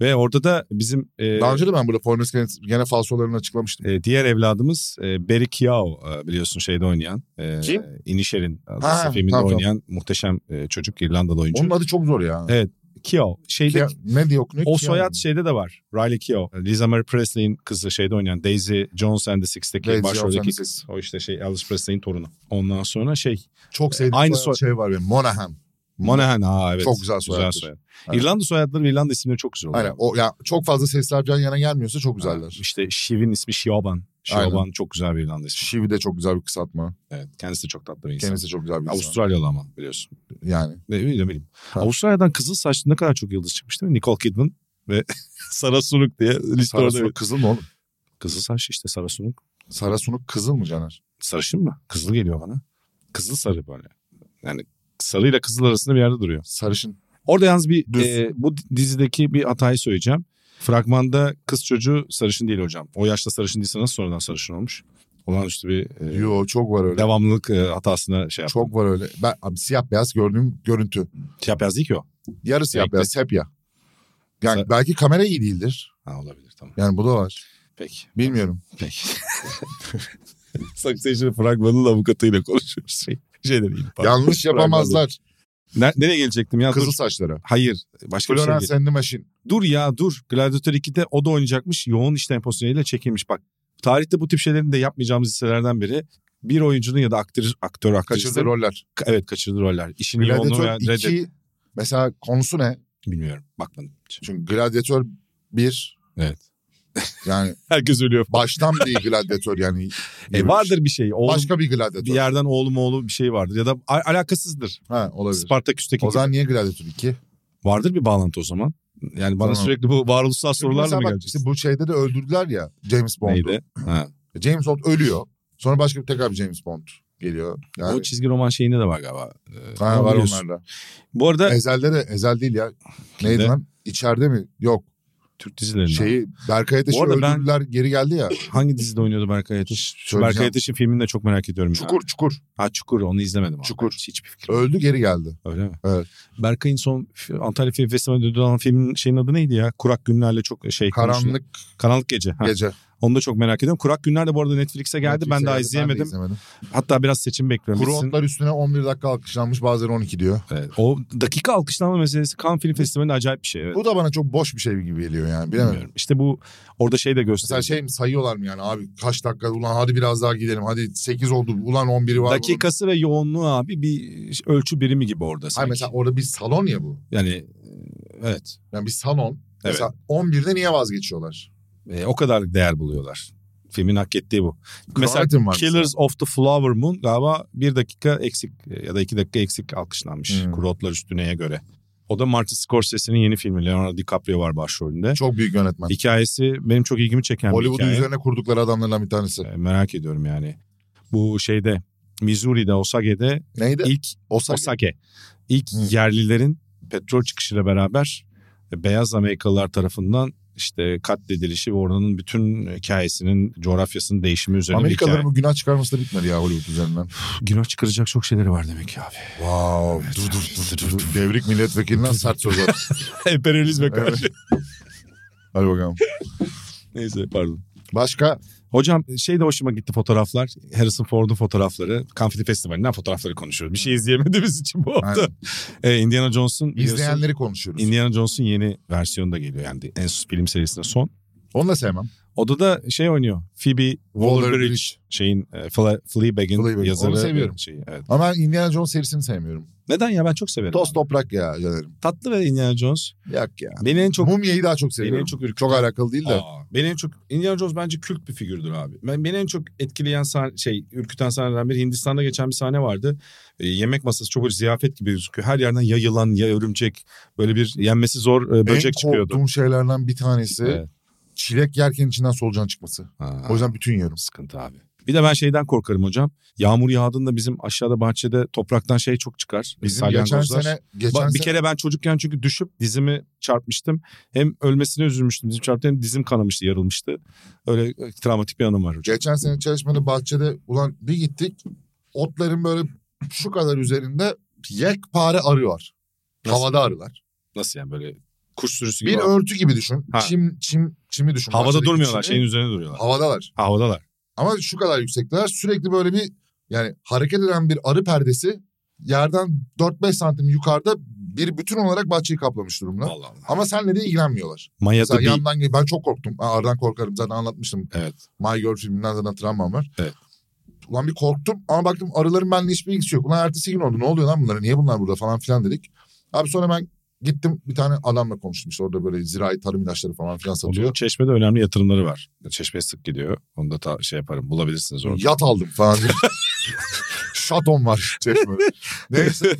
Speaker 2: Ve orada da bizim e,
Speaker 3: Daha önce de ben burada Paul Mescal'in gene falsolarını açıklamıştım.
Speaker 2: e, diğer evladımız e, Barry Keogh e, biliyorsun şeyde oynayan. E,
Speaker 3: Kim?
Speaker 2: İnişer'in
Speaker 3: Ha,
Speaker 2: adası filminde
Speaker 3: tamam, tamam.
Speaker 2: oynayan muhteşem e, çocuk İrlandalı oyuncu.
Speaker 3: Onun adı çok zor ya.
Speaker 2: Evet, Keogh. Şeyde
Speaker 3: Ki- ne diye okunuyor?
Speaker 2: O
Speaker 3: Ki-
Speaker 2: soyad şeyde de var. Riley Keough. Liza Marie Presley'in kızı şeyde oynayan Daisy Jones and the
Speaker 3: Daisy
Speaker 2: Six'teki
Speaker 3: Jones and the
Speaker 2: başroldeki
Speaker 3: Six. Hmm.
Speaker 2: kız. O işte şey Elvis Presley'in torunu. Ondan sonra şey
Speaker 3: Çok sevdiğim
Speaker 2: Aynı
Speaker 3: Aynı
Speaker 2: soy-
Speaker 3: şey var benim. Monahan.
Speaker 2: Monahan. Ha evet.
Speaker 3: Çok güzel soyaddır. Aynen.
Speaker 2: İrlanda soyadları ve İrlanda isimleri çok güzel oluyor.
Speaker 3: Aynen. O, ya, çok fazla sesler can yana gelmiyorsa çok
Speaker 2: Ha,
Speaker 3: güzeller.
Speaker 2: İşte Shiv'in ismi Shioban. Shioban
Speaker 3: Aynen.
Speaker 2: çok güzel bir İrlanda ismi.
Speaker 3: Şivi de çok güzel bir kısaltma.
Speaker 2: Evet, kendisi de çok tatlı bir insan.
Speaker 3: Kendisi de çok güzel bir insan.
Speaker 2: Avustralyalı ama biliyorsun.
Speaker 3: Yani.
Speaker 2: Ne bileyim. ne bileyim.
Speaker 3: Ha.
Speaker 2: Avustralya'dan kızıl saçlı ne kadar çok yıldız çıkmış değil mi? Nicole Kidman ve Sarah Sunuk diye liste
Speaker 3: Sara
Speaker 2: orada.
Speaker 3: Sunuk kızıl mı oğlum?
Speaker 2: Kızıl saçlı işte Sarah Sunuk.
Speaker 3: Sara Sunuk kızıl mı Caner?
Speaker 2: Sarışın mı? Kızıl geliyor bana. Kızıl sarı böyle. Yani sarıyla kızıl arasında bir yerde duruyor.
Speaker 3: Sarışın.
Speaker 2: Orada yalnız bir
Speaker 3: Düz.
Speaker 2: e, bu dizideki bir hatayı söyleyeceğim. Fragmanda kız çocuğu sarışın değil hocam. O yaşta sarışın değilse nasıl sonradan sarışın olmuş? Olağanüstü bir e,
Speaker 3: Yo çok var öyle.
Speaker 2: devamlılık e, hatasına şey yaptım.
Speaker 3: Çok var öyle. Ben abi, siyah beyaz gördüğüm görüntü.
Speaker 2: Şey yapmaz değil ki o.
Speaker 3: Yarı siyah
Speaker 2: Renkli.
Speaker 3: beyaz sepya. Yani
Speaker 2: Sa-
Speaker 3: belki kamera iyi değildir.
Speaker 2: Ha olabilir tamam.
Speaker 3: Yani bu da var.
Speaker 2: Peki.
Speaker 3: Bilmiyorum.
Speaker 2: Peki. Succession fragmanın avukatıyla konuşuyoruz. Şey, şey de değil. pardon.
Speaker 3: Yanlış yapamazlar.
Speaker 2: Ne- nereye gelecektim ya?
Speaker 3: Kızıl
Speaker 2: Dur.
Speaker 3: saçlara.
Speaker 2: Hayır. Başka bir şey
Speaker 3: Florence
Speaker 2: değil.
Speaker 3: and the Machine.
Speaker 2: Dur ya dur. Gladiator 2'de o da oynayacakmış. Yoğun iş temposunuyla çekilmiş. Bak tarihte bu tip şeylerin de yapmayacağımız hisselerden biri. Bir oyuncunun ya da aktör, aktör
Speaker 3: Kaçırdı
Speaker 2: aktrisin-
Speaker 3: roller.
Speaker 2: Ka- Evet kaçırdı roller. İşin yoğunluğu veya
Speaker 3: Gladiator
Speaker 2: reddet.
Speaker 3: 2 mesela konusu ne?
Speaker 2: Bilmiyorum. Bakmadım.
Speaker 3: Çünkü Gladiator 1
Speaker 2: Evet.
Speaker 3: yani
Speaker 2: Herkes ölüyor.
Speaker 3: baştan bir Gladiator yani.
Speaker 2: E, vardır bir şey. Oğlum,
Speaker 3: Başka bir
Speaker 2: bir
Speaker 3: Gladiator.
Speaker 2: yerden oğlu oğlu bir şey vardır. Ya da a- alakasızdır.
Speaker 3: Ha olabilir.
Speaker 2: Spartaküs'teki
Speaker 3: o zaman niye Gladiator 2?
Speaker 2: vardır bir bağlantı o zaman. Yani bana
Speaker 3: Tamam.
Speaker 2: sürekli bu varoluşsal sorularla
Speaker 3: Mesela
Speaker 2: mı
Speaker 3: bak
Speaker 2: gelecek?
Speaker 3: işte bu şeyde de öldürdüler ya James Bond'u. E,
Speaker 2: Neydi? Ha.
Speaker 3: James Bond ölüyor. Sonra başka bir tekrar bir James Bond geliyor. Yani,
Speaker 2: O çizgi roman şeyinde de var galiba. Ee,
Speaker 3: ha,
Speaker 2: onu
Speaker 3: var
Speaker 2: biliyorsun.
Speaker 3: onlarla.
Speaker 2: Bu arada
Speaker 3: Ezel'de de Ezel değil ya. Neydi
Speaker 2: Kimde?
Speaker 3: lan? İçeride mi? Yok.
Speaker 2: Türk dizilerinden.
Speaker 3: Şeyi Berkay Ateş'i
Speaker 2: Bu arada ben-
Speaker 3: öldürdüler geri geldi ya.
Speaker 2: Hangi dizide oynuyordu Berkay Ateş? Şu
Speaker 3: Söyleyeceğim.
Speaker 2: Berkay Ateş'in filmini de çok merak ediyorum. ya.
Speaker 3: Çukur çukur.
Speaker 2: Ha Çukur onu izlemedim. abi.
Speaker 3: Çukur.
Speaker 2: Hiçbir fikrim.
Speaker 3: Öldü geri geldi.
Speaker 2: Öyle mi?
Speaker 3: Evet.
Speaker 2: Berkay'ın son f- Antalya Film Festivali'nde ödül alan filmin şeyin adı neydi ya? Kurak Günler'le çok şey konuşuldu.
Speaker 3: Karanlık
Speaker 2: Karanlık Gece. Ha.
Speaker 3: gece.
Speaker 2: Onu da çok merak ediyorum. Kurak Günler de bu arada Netflix'e geldi. ben
Speaker 3: Netflix'e
Speaker 2: daha
Speaker 3: geldi,
Speaker 2: izleyemedim.
Speaker 3: izlemedim.
Speaker 2: Hatta biraz seçim bekliyorum.
Speaker 3: Kuru
Speaker 2: Bitsin.
Speaker 3: otlar üstüne 11 dakika alkışlanmış bazıları 12 diyor.
Speaker 2: Evet. O dakika alkışlanma meselesi Cannes Film Festivali'nde acayip bir şey. Evet.
Speaker 3: Bu da bana çok boş bir şey gibi geliyor yani. Bilemedim.
Speaker 2: Bilmiyorum. İşte bu orada şey de
Speaker 3: Mesela
Speaker 2: gösteriyor.
Speaker 3: şey mi sayıyorlar mı yani abi kaç dakika ulan hadi biraz daha gidelim hadi 8 oldu ulan 11'i var. bunun.
Speaker 2: Dakikası ve yoğunluğu abi bir ölçü birimi gibi orada sanki.
Speaker 3: Hayır mesela orada bir salon ya bu.
Speaker 2: Yani e, evet.
Speaker 3: Yani bir salon.
Speaker 2: Evet.
Speaker 3: Mesela 11'de niye vazgeçiyorlar?
Speaker 2: E, o kadarlık değer buluyorlar. Filmin hak ettiği bu.
Speaker 3: Crichton
Speaker 2: mesela
Speaker 3: var mesela.
Speaker 2: Killers of the Flower Moon galiba bir dakika eksik e, ya da iki dakika eksik alkışlanmış.
Speaker 3: Hmm.
Speaker 2: Kuru Otlar Üstüne'ye göre. O da Martin Scorsese'nin yeni filmi. Leonardo DiCaprio var başrolünde.
Speaker 3: Çok büyük yönetmen.
Speaker 2: Hikayesi benim çok ilgimi çeken bir
Speaker 3: Hollywood'un
Speaker 2: hikaye.
Speaker 3: üzerine kurdukları adamlardan bir tanesi.
Speaker 2: E, Merak ediyorum yani. Bu şeyde Missouri'de, Osage'de
Speaker 3: Neydi?
Speaker 2: ilk
Speaker 3: Osaka.
Speaker 2: Osage. İlk
Speaker 3: Hı.
Speaker 2: yerlilerin petrol çıkışıyla beraber e, beyaz Amerikalılar tarafından işte katledilişi ve oranın bütün hikayesinin, coğrafyasının değişimi üzerine bir
Speaker 3: Amerikalıların
Speaker 2: hikaye.
Speaker 3: bu günah çıkarması da bitmedi ya Hollywood üzerinden.
Speaker 2: Günah çıkaracak çok şeyleri var demek ki abi.
Speaker 3: Wow. Dur dur dur dur. dur. Devrik milletvekilinden sert sözler.
Speaker 2: Emperyalizme
Speaker 3: karşı. Hadi bakalım.
Speaker 2: Neyse pardon.
Speaker 3: Başka?
Speaker 2: Hocam şey de hoşuma gitti fotoğraflar. Harrison Ford'un fotoğrafları. Cannes Film Festivali'nden fotoğrafları konuşuyoruz. Bir şey izleyemediğimiz için bu hafta. E, Indiana Jones'un biliyorsun,
Speaker 3: İzleyenleri konuşuyoruz.
Speaker 2: Indiana Jones'un yeni versiyonu da geliyor. Yani en sus film serisinde son.
Speaker 3: Onu da sevmem.
Speaker 2: Odada şey oynuyor. Phoebe Waller-Bridge. şeyin e, Fle- Fleabag'in
Speaker 3: Fleabag,
Speaker 2: yazarı.
Speaker 3: onu seviyorum.
Speaker 2: Şeyi, evet.
Speaker 3: Ama ben Indiana Jones serisini sevmiyorum.
Speaker 2: Neden ya ben çok severim.
Speaker 3: Toz
Speaker 2: abi.
Speaker 3: toprak ya canım.
Speaker 2: Tatlı ve Indiana Jones.
Speaker 3: Yak ya.
Speaker 2: Beni en çok
Speaker 3: Mumya'yı daha çok
Speaker 2: beni en
Speaker 3: seviyorum. Çok,
Speaker 2: çok ürkütüyor.
Speaker 3: alakalı değil de.
Speaker 2: Aa, beni en çok Indiana Jones bence kült bir figürdür abi. Ben beni en çok etkileyen sah- şey ürküten sahnelerden biri Hindistan'da geçen bir sahne vardı. E, yemek masası çok böyle ziyafet gibi gözüküyor. Her yerden ya yılan ya örümcek böyle bir yenmesi zor e, böcek
Speaker 3: en korktuğum
Speaker 2: çıkıyordu.
Speaker 3: şeylerden bir tanesi
Speaker 2: Evet.
Speaker 3: çilek yerken içinden solucan çıkması.
Speaker 2: Ha.
Speaker 3: O yüzden bütün yiyorum.
Speaker 2: Sıkıntı abi. Bir de ben şeyden korkarım hocam. Yağmur yağdığında bizim aşağıda bahçede topraktan şey çok çıkar.
Speaker 3: Bizim geçen
Speaker 2: Salyangozlar.
Speaker 3: sene geçen
Speaker 2: Bak, bir
Speaker 3: sene-
Speaker 2: kere ben çocukken çünkü düşüp dizimi çarpmıştım. Hem ölmesine üzülmüştüm dizim çarptı hem dizim kanamıştı, yarılmıştı. Öyle e, travmatik bir anım var hocam.
Speaker 3: geçen sene çalışmada bahçede ulan bir gittik. Otların böyle şu kadar üzerinde yekpare arı var.
Speaker 2: Nasıl?
Speaker 3: Havada arılar.
Speaker 2: Nasıl yani böyle kuş sürüsü gibi.
Speaker 3: Bir örtü gibi düşün.
Speaker 2: Ha.
Speaker 3: Çim çim çimi düşün.
Speaker 2: Havada
Speaker 3: Bahçedeki şey-
Speaker 2: durmuyorlar, Şey-
Speaker 3: çimi.
Speaker 2: şeyin üzerine duruyorlar.
Speaker 3: Havadalar.
Speaker 2: Havadalar.
Speaker 3: Ama şu kadar yüksekler. Sürekli böyle bir yani hareket eden bir arı perdesi yerden 4-5 santim yukarıda bir bütün olarak bahçeyi kaplamış durumda.
Speaker 2: Allah Allah.
Speaker 3: Ama senle de ilgilenmiyorlar.
Speaker 2: Maya'da
Speaker 3: Mesela
Speaker 2: bir...
Speaker 3: yandan gel- ben çok korktum. Ben Arı'dan korkarım zaten anlatmıştım.
Speaker 2: Evet.
Speaker 3: My Girl filminden zaten travmam var.
Speaker 2: Evet.
Speaker 3: Ulan bir korktum ama baktım arıların benimle hiçbir ilgisi yok. Ulan ertesi gün oldu ne oluyor lan bunlara niye bunlar burada falan filan dedik. Abi sonra ben gittim bir tane adamla konuştum işte orada böyle zirai tarım ilaçları falan filan
Speaker 2: Onun
Speaker 3: satıyor.
Speaker 2: çeşmede önemli yatırımları var. Çeşmeye sık gidiyor. Onu da ta- şey yaparım bulabilirsiniz orada.
Speaker 3: Yat aldım falan. Şaton var çeşme. Neyse.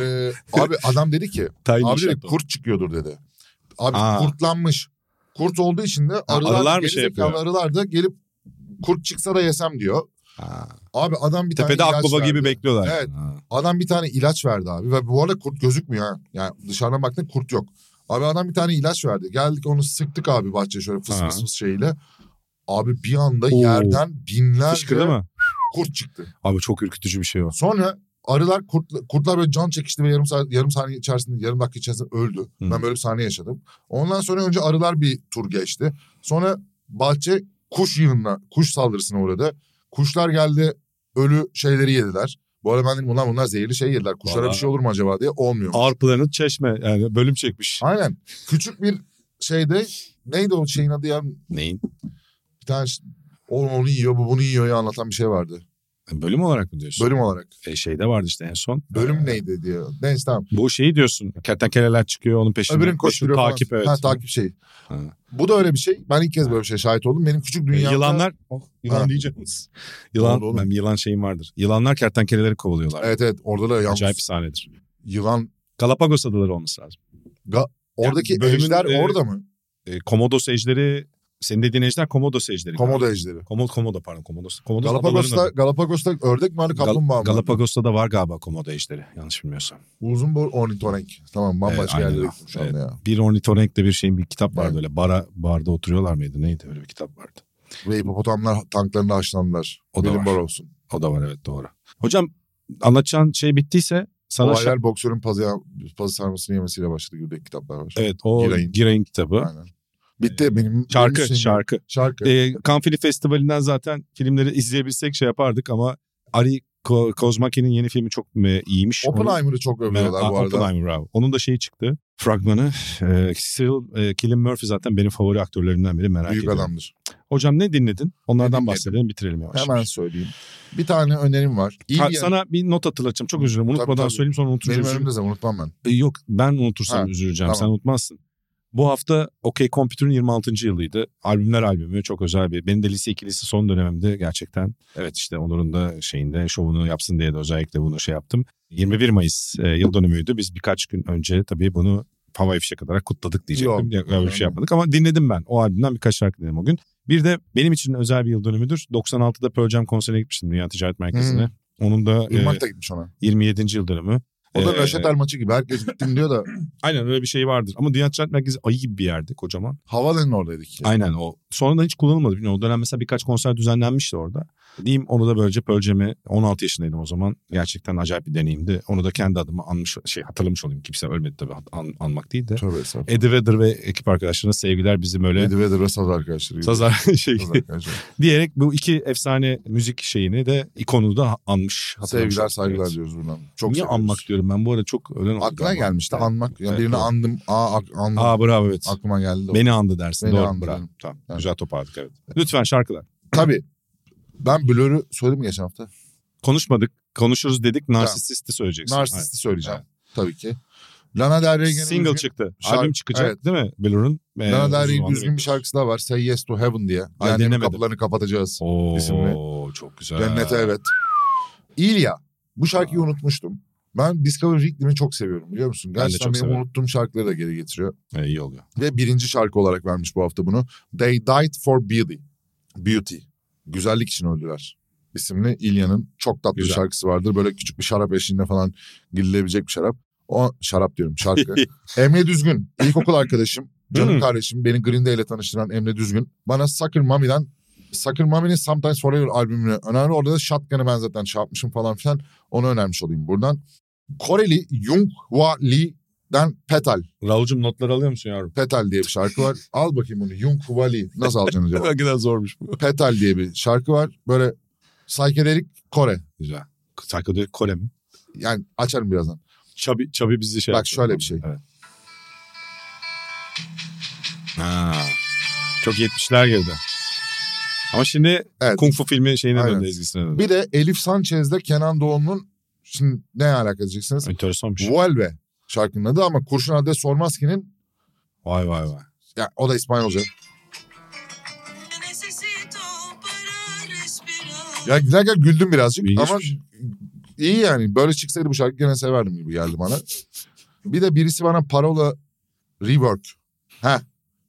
Speaker 3: Ee, abi adam dedi ki
Speaker 2: Tiny
Speaker 3: abi dedi
Speaker 2: Shadow.
Speaker 3: kurt çıkıyordur dedi. Abi
Speaker 2: Aa.
Speaker 3: kurtlanmış. Kurt olduğu için de arılar,
Speaker 2: arılar mı
Speaker 3: geri
Speaker 2: şey
Speaker 3: zekalı
Speaker 2: yapıyor?
Speaker 3: arılar da gelip kurt çıksa da yesem diyor.
Speaker 2: Ha.
Speaker 3: Abi adam bir
Speaker 2: Tepede
Speaker 3: tane ilaç
Speaker 2: akbaba
Speaker 3: verdi.
Speaker 2: gibi bekliyorlar.
Speaker 3: Evet.
Speaker 2: Ha.
Speaker 3: Adam bir tane ilaç verdi abi. Ve bu arada kurt gözükmüyor ha. Yani dışarıdan baktığında kurt yok. Abi adam bir tane ilaç verdi. Geldik onu sıktık abi bahçeye şöyle fıs
Speaker 2: Ha.
Speaker 3: fıs fıs şeyle. Abi bir anda
Speaker 2: Oo.
Speaker 3: yerden
Speaker 2: Fışkırdı
Speaker 3: binlerce
Speaker 2: mı?
Speaker 3: kurt çıktı.
Speaker 2: Abi çok ürkütücü bir şey o.
Speaker 3: Sonra arılar kurtla, kurtlar böyle can çekişti ve yarım saat yarım saniye içerisinde yarım dakika içerisinde öldü.
Speaker 2: Hı.
Speaker 3: Ben böyle bir sahne yaşadım. Ondan sonra önce arılar bir tur geçti. Sonra bahçe kuş yığınına, kuş saldırısına uğradı. Kuşlar geldi ölü şeyleri yediler. Bu arada ben dedim ulan bunlar zehirli şey yediler. Kuşlara
Speaker 1: Vallahi.
Speaker 3: bir şey olur mu acaba diye olmuyor.
Speaker 2: Arpılarını çeşme yani bölüm çekmiş.
Speaker 3: Aynen. Küçük bir şeyde neydi o şeyin adı ya?
Speaker 2: Neyin?
Speaker 3: Bir tane ş- o onu yiyor bu bunu yiyor ya anlatan bir şey vardı.
Speaker 2: E, Bölüm olarak mı diyorsun?
Speaker 3: Bölüm olarak.
Speaker 2: E, şeyde vardı işte en son.
Speaker 3: Bölüm neydi diye. Neyse tamam.
Speaker 2: Bu şeyi diyorsun. Kertenkeleler çıkıyor onun peşinden.
Speaker 3: Öbürün
Speaker 2: koşuyor.
Speaker 3: koşturuyor falan.
Speaker 2: Takip evet.
Speaker 3: Ha, takip şeyi.
Speaker 2: Ha.
Speaker 3: Bu da öyle bir şey. Ben ilk kez böyle bir şey şahit oldum. Benim küçük dünyamda...
Speaker 2: E, Yılanlar.
Speaker 3: yılan
Speaker 2: yılan diyeceğiz. Yılan,
Speaker 3: Oldu oğlum.
Speaker 2: ben yılan şeyim vardır. Yılanlar kertenkeleleri kovalıyorlar.
Speaker 3: Evet evet orada da yalnız
Speaker 2: Acayip bir sahnedir.
Speaker 3: yılan.
Speaker 2: Galapagos adaları olması lazım.
Speaker 3: Oradaki
Speaker 2: Yani bölümün,
Speaker 3: ejder
Speaker 2: e,
Speaker 3: orada mı?
Speaker 2: E, Komodos ejderi, senin dediğin ejder Komodos ejderi.
Speaker 3: Komodo ejderi.
Speaker 2: Komodo, Komodo pardon Komodos. Komodos adalarının
Speaker 3: Galapagos'ta,
Speaker 2: adı.
Speaker 3: Galapagos'ta ördek mi var
Speaker 2: Gal-
Speaker 3: kaplumbağa mı?
Speaker 2: Galapagos'ta da var galiba Komodo ejderi yanlış bilmiyorsam.
Speaker 3: Uzun boy ornitorenk. Tamam bambaşka
Speaker 2: Evet, E, aynen.
Speaker 3: evet, yerlere gittim şu anda ya.
Speaker 2: Bir ornitorenkte bir şeyin bir kitap vardı
Speaker 3: Evet.
Speaker 2: öyle. Bara, barda oturuyorlar mıydı neydi öyle bir kitap vardı.
Speaker 3: Ve hipopotamlar tanklarında haşlandılar.
Speaker 2: O da
Speaker 3: Bilim
Speaker 2: var.
Speaker 3: var olsun.
Speaker 2: O da var evet doğru. Hocam anlatacağın şey bittiyse sana şa-
Speaker 3: Olaylar boksörün pazı, pazı sarmasını yemesiyle başladı gibi de kitaplar var.
Speaker 2: Evet o
Speaker 3: Giray'ın.
Speaker 2: Giray'ın kitabı.
Speaker 3: Aynen. Bitti benim.
Speaker 2: Şarkı
Speaker 3: benim şeyim-
Speaker 2: şarkı.
Speaker 3: Şarkı.
Speaker 2: Ee, Cannes Film Festivali'nden zaten filmleri izleyebilsek şey yapardık ama Ari Ko- Kozmaki'nin yeni filmi çok e, iyiymiş. Onu-
Speaker 3: Oppenheimer'ı çok övüyorlar
Speaker 2: Aa,
Speaker 3: bu arada.
Speaker 2: Oppenheimer abi. Onun da şeyi çıktı. Fragmanı. Ee, Cyril e, Killian Murphy zaten benim favori aktörlerimden biri merak
Speaker 3: Büyük
Speaker 2: ediyorum.
Speaker 3: adamdır.
Speaker 2: Hocam ne dinledin? Onlardan
Speaker 3: dinledim?
Speaker 2: bahsedelim bitirelim yavaş.
Speaker 3: Hemen söyleyeyim. Bir tane önerim var. İyi
Speaker 2: Ha,
Speaker 3: bir
Speaker 2: sana bir not hatırlatacağım. Çok üzülürüm. Unutmadan
Speaker 3: tabii.
Speaker 2: söyleyeyim sonra unutunca
Speaker 3: Benim
Speaker 2: üzülürüm.
Speaker 3: önümde zaman unutmam ben.
Speaker 2: E, Yok ben unutursam
Speaker 3: Ha,
Speaker 2: üzüleceğim.
Speaker 3: tamam.
Speaker 2: Sen unutmazsın. Bu hafta OK Computer'ın 26. yılıydı. Albümler albümü çok özel bir. Benim de lise ikilisi son dönemimde gerçekten. Evet işte Onur'un da şeyinde şovunu yapsın diye de özellikle bunu şey yaptım. 21 Mayıs e, yıl dönümüydü. Biz birkaç gün önce tabii bunu havai fişek olarak kutladık diyecektim.
Speaker 3: Yok,
Speaker 2: Ya, Öyle bir şey
Speaker 3: yok.
Speaker 2: yapmadık ama dinledim ben. O albümden birkaç şarkı dinledim o gün. Bir de benim için özel bir yıl dönümüdür. 96'da Pearl Jam konserine gitmiştim Dünya Ticaret Merkezi'ne. Onun da e,
Speaker 3: Irmak da gitmiş ona.
Speaker 2: 27. yıl dönümü.
Speaker 3: Hmm. O da
Speaker 2: E,
Speaker 3: Reşat El maçı gibi. Herkes gittim diyor da
Speaker 2: Aynen öyle bir şey vardır. Ama Dünya Ticaret Merkezi ayı gibi bir yerdi kocaman.
Speaker 3: havaalanının oradaydık. ya.
Speaker 2: Aynen o. Sonradan hiç kullanılmadı. Bilmiyorum. O dönem mesela birkaç konser düzenlenmişti orada. Diyeyim onu da böylece Pearl 16 yaşındaydım o zaman. Gerçekten acayip bir deneyimdi. Onu da kendi adıma anmış, şey hatırlamış olayım. Kimse ölmedi tabii hat- an- anmak değil de.
Speaker 3: Tövbe estağfurullah.
Speaker 2: Eddie Vedder ve ekip arkadaşlarına sevgiler bizim öyle
Speaker 3: Eddie Vedder ve Saz arkadaşları gibi.
Speaker 2: sazar şey
Speaker 3: Saz arkadaşları.
Speaker 2: diyerek bu iki efsane müzik şeyini de ikonu da anmış. hatırlamış
Speaker 3: Sevgiler
Speaker 2: olduk.
Speaker 3: saygılar
Speaker 2: Evet.
Speaker 3: diyoruz buradan. Çok
Speaker 2: Niye
Speaker 3: seviyoruz.
Speaker 2: anmak diyorum ben bu arada çok ölen oldu.
Speaker 3: Aklına
Speaker 2: galiba.
Speaker 3: gelmişti
Speaker 2: Evet.
Speaker 3: anmak. Yani
Speaker 2: Evet,
Speaker 3: birini
Speaker 2: doğru.
Speaker 3: andım. Aa, ak- andım.
Speaker 2: Aa bravo evet.
Speaker 3: Aklıma geldi. de o.
Speaker 2: Beni andı dersin.
Speaker 3: Beni
Speaker 2: Doğru
Speaker 3: andı
Speaker 2: bravo.
Speaker 3: dedim.
Speaker 2: Tamam.
Speaker 3: Evet.
Speaker 2: Güzel toparladık evet. Lütfen şarkılar.
Speaker 3: Tabii. Ben Blur'ü söyledim mi geçen hafta?
Speaker 2: Konuşmadık. Konuşuruz dedik. Narsististi söyleyeceksin.
Speaker 3: Narsisti söyleyeceğim. Tabii ki. Lana Del Rey'in
Speaker 2: Evet.
Speaker 3: gene
Speaker 2: Single
Speaker 3: üzgün-
Speaker 2: çıktı.
Speaker 3: Şarkı-
Speaker 2: Albüm çıkacak
Speaker 3: evet.
Speaker 2: değil mi Blur'un? Ee,
Speaker 3: Lana Del
Speaker 2: uzun
Speaker 3: Rey'in
Speaker 2: zamandır
Speaker 3: üzgün bir
Speaker 2: bekliyoruz.
Speaker 3: şarkısı daha var. Say Yes to Heaven diye.
Speaker 2: Ay,
Speaker 3: Cehennemin
Speaker 2: dinlemedim.
Speaker 3: kapılarını kapatacağız.
Speaker 2: Oo,
Speaker 3: isimli.
Speaker 2: çok güzel.
Speaker 3: Cennete evet. İlya. Bu şarkıyı unutmuştum. Ben Discovery Rhythm'i çok seviyorum biliyor musun?
Speaker 2: de
Speaker 3: Gerçekten
Speaker 2: çok
Speaker 3: benim
Speaker 2: severim.
Speaker 3: unuttuğum şarkıları da geri getiriyor.
Speaker 2: Ee, iyi oluyor.
Speaker 3: Ve birinci şarkı olarak vermiş bu hafta bunu. They Died for Beauty. Beauty. Güzellik için öldüler. İsimli İlya'nın çok tatlı
Speaker 2: Güzel.
Speaker 3: bir şarkısı vardır. Böyle küçük bir şarap eşliğinde falan girilebilecek bir şarap. O şarap diyorum şarkı. Emre Düzgün. ilkokul arkadaşım.
Speaker 2: Hmm.
Speaker 3: Canım kardeşim. Beni Green Day ile tanıştıran Emre Düzgün. Bana Sucker Mummy'den Sucker Mummy'nin Sometimes Forever albümünü önerdi. Orada da Shotgun'ı ben zaten şey yapmışım falan filan. Onu önermiş olayım buradan. Koreli Jung Hwa Lee'den Petal.
Speaker 2: Raul'cum notları alıyor musun yavrum?
Speaker 3: Petal diye bir şarkı var. Al bakayım bunu. Yung Kuvali. Nasıl alacaksın acaba?
Speaker 2: Ne kadar zormuş bu.
Speaker 3: Petal diye bir şarkı var. Böyle psychedelic Kore.
Speaker 2: Güzel. Psychedelic Kore mi?
Speaker 3: Yani açarım birazdan.
Speaker 2: Çabi, Çabi bizi şey
Speaker 3: Bak
Speaker 2: yaptı.
Speaker 3: şöyle bir şey.
Speaker 2: Evet. Ha. Çok 70'ler girdi. Ama şimdi
Speaker 3: Evet.
Speaker 2: Kung Fu filmi şeyine
Speaker 3: Aynen.
Speaker 2: döndü ezgisine döndü.
Speaker 3: Bir de Elif Sanchez'de Kenan Doğulu'nun şimdi ne alaka diyeceksiniz?
Speaker 2: Enteresanmış.
Speaker 3: Vuelve şarkının adı ama Kurşun Ades Sormaski'nin
Speaker 2: Vay vay vay.
Speaker 3: ya o da İspanyolca.
Speaker 4: Necesito parar, respirar.
Speaker 3: Ya güzel gel güldüm birazcık
Speaker 2: İlginçmiş.
Speaker 3: ama iyi yani. Böyle çıksaydı bu şarkı gene severdim gibi geldi bana. Bir de birisi bana parola rework. Ha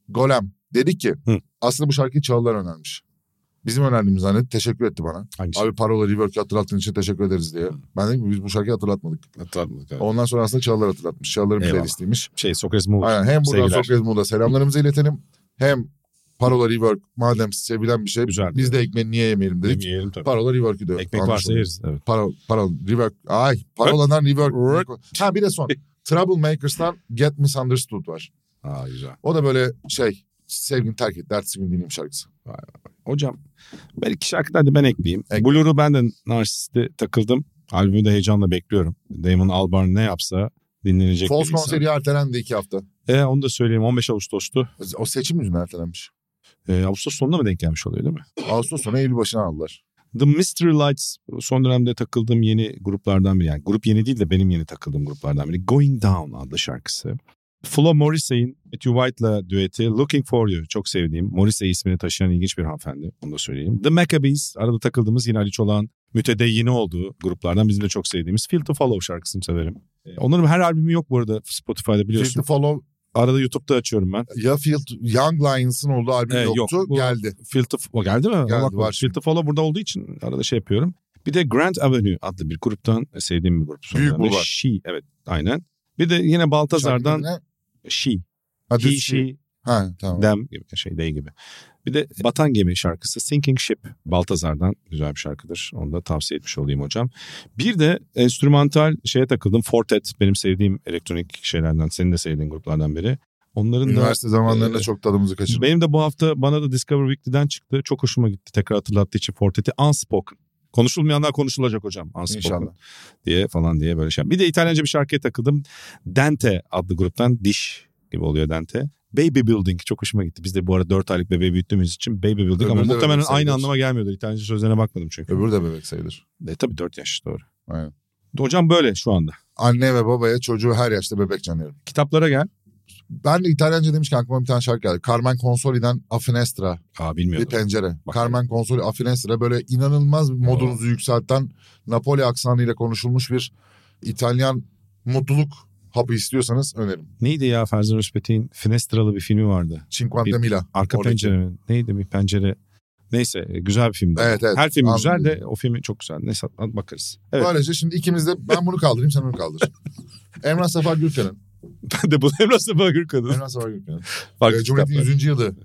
Speaker 3: golem. Dedi ki
Speaker 2: Hı.
Speaker 3: aslında bu şarkıyı Çağlar önermiş. Bizim önerdiğimiz zannetti. Teşekkür etti bana.
Speaker 2: Hangisi?
Speaker 3: Abi parola rework hatırlattığın için teşekkür ederiz diye. Ben dedim ki biz bu şarkıyı hatırlatmadık.
Speaker 2: Hatırlatmadık. evet.
Speaker 3: Ondan sonra aslında Çağlar hatırlatmış. Çağlar'ın
Speaker 2: Eyvallah.
Speaker 3: playlistiymiş.
Speaker 2: Şey Sokrates Moore.
Speaker 3: Aynen hem buradan
Speaker 2: Sevgiler.
Speaker 3: Sokrates Mood'a selamlarımızı iletelim. Hem parola rework madem sevilen bir şey.
Speaker 2: Güzel.
Speaker 3: Biz de ekmeği niye yemeyelim dedik.
Speaker 2: Yemeyelim tabii.
Speaker 3: Parola rework'ü de
Speaker 2: Ekmek
Speaker 3: almış
Speaker 2: varsa
Speaker 3: olduk.
Speaker 2: yeriz. Evet.
Speaker 3: Parol, parol, rework. Ay, paroladan rework. Ha bir de son. Troublemakers'tan Get Misunderstood var.
Speaker 2: Aa güzel.
Speaker 3: O da böyle şey, sevgin terk et, dertsi gün dinleyeyim şarkısı.
Speaker 2: Hocam belki şarkıda hadi ben ekleyeyim.
Speaker 3: Ek.
Speaker 2: Blur'u ben de narsisti takıldım. Albümü de heyecanla bekliyorum. Damon Albarn ne yapsa dinlenecek
Speaker 3: False
Speaker 2: bir insan.
Speaker 3: konseri ertelendi iki hafta.
Speaker 2: E, onu da söyleyeyim 15 Ağustos'tu.
Speaker 3: O seçim yüzünden ertelenmiş.
Speaker 2: E, Ağustos sonuna mı denk gelmiş oluyor değil mi?
Speaker 3: Ağustos sonu Eylül başına aldılar.
Speaker 2: The Mystery Lights son dönemde takıldığım yeni gruplardan biri. Yani grup yeni değil de benim yeni takıldığım gruplardan biri. Going Down adlı şarkısı. Flo Morrissey'in Matthew White'la düeti Looking For You çok sevdiğim Morrissey ismini taşıyan ilginç bir hanımefendi onu da söyleyeyim. The Maccabees arada takıldığımız yine Ali Çolak'ın mütedeyyini olduğu gruplardan bizim de çok sevdiğimiz Feel to Follow şarkısını severim. E, Onların her albümü yok bu arada Spotify'da biliyorsun.
Speaker 3: Fifty Follow
Speaker 2: Arada YouTube'da açıyorum ben.
Speaker 3: ya Field Young Lions'ın olduğu albüm
Speaker 2: Ee, yok,
Speaker 3: yoktu
Speaker 2: bu-
Speaker 3: geldi.
Speaker 2: Filter o geldi mi? Ona
Speaker 3: Geldi,
Speaker 2: bakmadım.
Speaker 3: var şimdi.
Speaker 2: Filter Follow burada olduğu için arada şey yapıyorum. Bir de Grand Avenue adlı bir gruptan e, sevdiğim bir grup. Son
Speaker 3: Büyük
Speaker 2: dönemde.
Speaker 3: bulvar.
Speaker 2: She evet aynen. Bir de yine Baltazar'dan
Speaker 3: Şarkının ne?
Speaker 2: She,
Speaker 3: Ha,
Speaker 2: He,
Speaker 3: düz-
Speaker 2: She,
Speaker 3: Ha tamam.
Speaker 2: Them gibi şey değil gibi. Bir de Batan Gemi şarkısı Sinking Ship Baltazar'dan güzel bir şarkıdır. Onu da tavsiye etmiş olayım hocam. Bir de enstrümantal şeye takıldım. Fortet benim sevdiğim elektronik şeylerden, senin de sevdiğin gruplardan biri. Onların da
Speaker 3: Üniversite zamanlarında
Speaker 2: Ee,
Speaker 3: çok tadımızı kaçırdık.
Speaker 2: benim de bu hafta bana da Discover Weekly'den çıktı. Çok hoşuma gitti tekrar hatırlattığı için Fortet'i Unspoken. Konuşulmayanlar konuşulacak hocam Unspoken
Speaker 3: İnşallah.
Speaker 2: diye falan diye böyle şey. Bir de İtalyanca bir şarkıya takıldım. Dente adlı gruptan diş gibi oluyor Dente. Baby Building çok hoşuma gitti. Biz de bu ara 4 aylık bebeği büyüttüğümüz için Baby Building ama
Speaker 3: Öbürü de
Speaker 2: muhtemelen
Speaker 3: öyle
Speaker 2: aynı
Speaker 3: sayılır.
Speaker 2: anlama gelmiyordur. İtalyanca sözlerine bakmadım çünkü.
Speaker 3: Öbürü de bebek sayılır.
Speaker 2: E, tabii 4 yaş doğru.
Speaker 3: Aynen.
Speaker 2: Hocam böyle şu anda.
Speaker 3: Anne ve babaya çocuğu her yaşta bebek canıyorum.
Speaker 2: Kitaplara gel.
Speaker 3: Ben de İtalyanca demişken aklıma bir tane şarkı geldi. Carmen Consoli'den A Finestra.
Speaker 2: Aa
Speaker 3: Bir
Speaker 2: bilmiyordum.
Speaker 3: pencere.
Speaker 2: Bak.
Speaker 3: Carmen Consoli A Finestra böyle inanılmaz modunuzu yükselten Napoli aksanıyla konuşulmuş bir İtalyan mutluluk hapı istiyorsanız öneririm.
Speaker 2: Neydi ya Ferzan Özpetek'in Finestralı bir filmi vardı.
Speaker 3: Cinquanta
Speaker 2: Bir-
Speaker 3: Mila.
Speaker 2: Arka
Speaker 3: Oradaki.
Speaker 2: pencere mi? Neydi bir pencere? Neyse e, güzel bir filmdi.
Speaker 3: Evet, evet.
Speaker 2: Her film güzel de
Speaker 3: Anladım.
Speaker 2: o filmi çok güzel. Neyse at- bakarız. Evet.
Speaker 3: Böylece şimdi ikimiz de ben bunu kaldırayım sen onu kaldır. Emrah Safa Gürkan'ın.
Speaker 2: ben de bu Emrah Safa Gürkan'ın.
Speaker 3: Emrah Safa Gürkan'ın.
Speaker 2: Farklı
Speaker 3: Ee, Cumhuriyet'in
Speaker 2: kitapları.
Speaker 3: 100. yılı.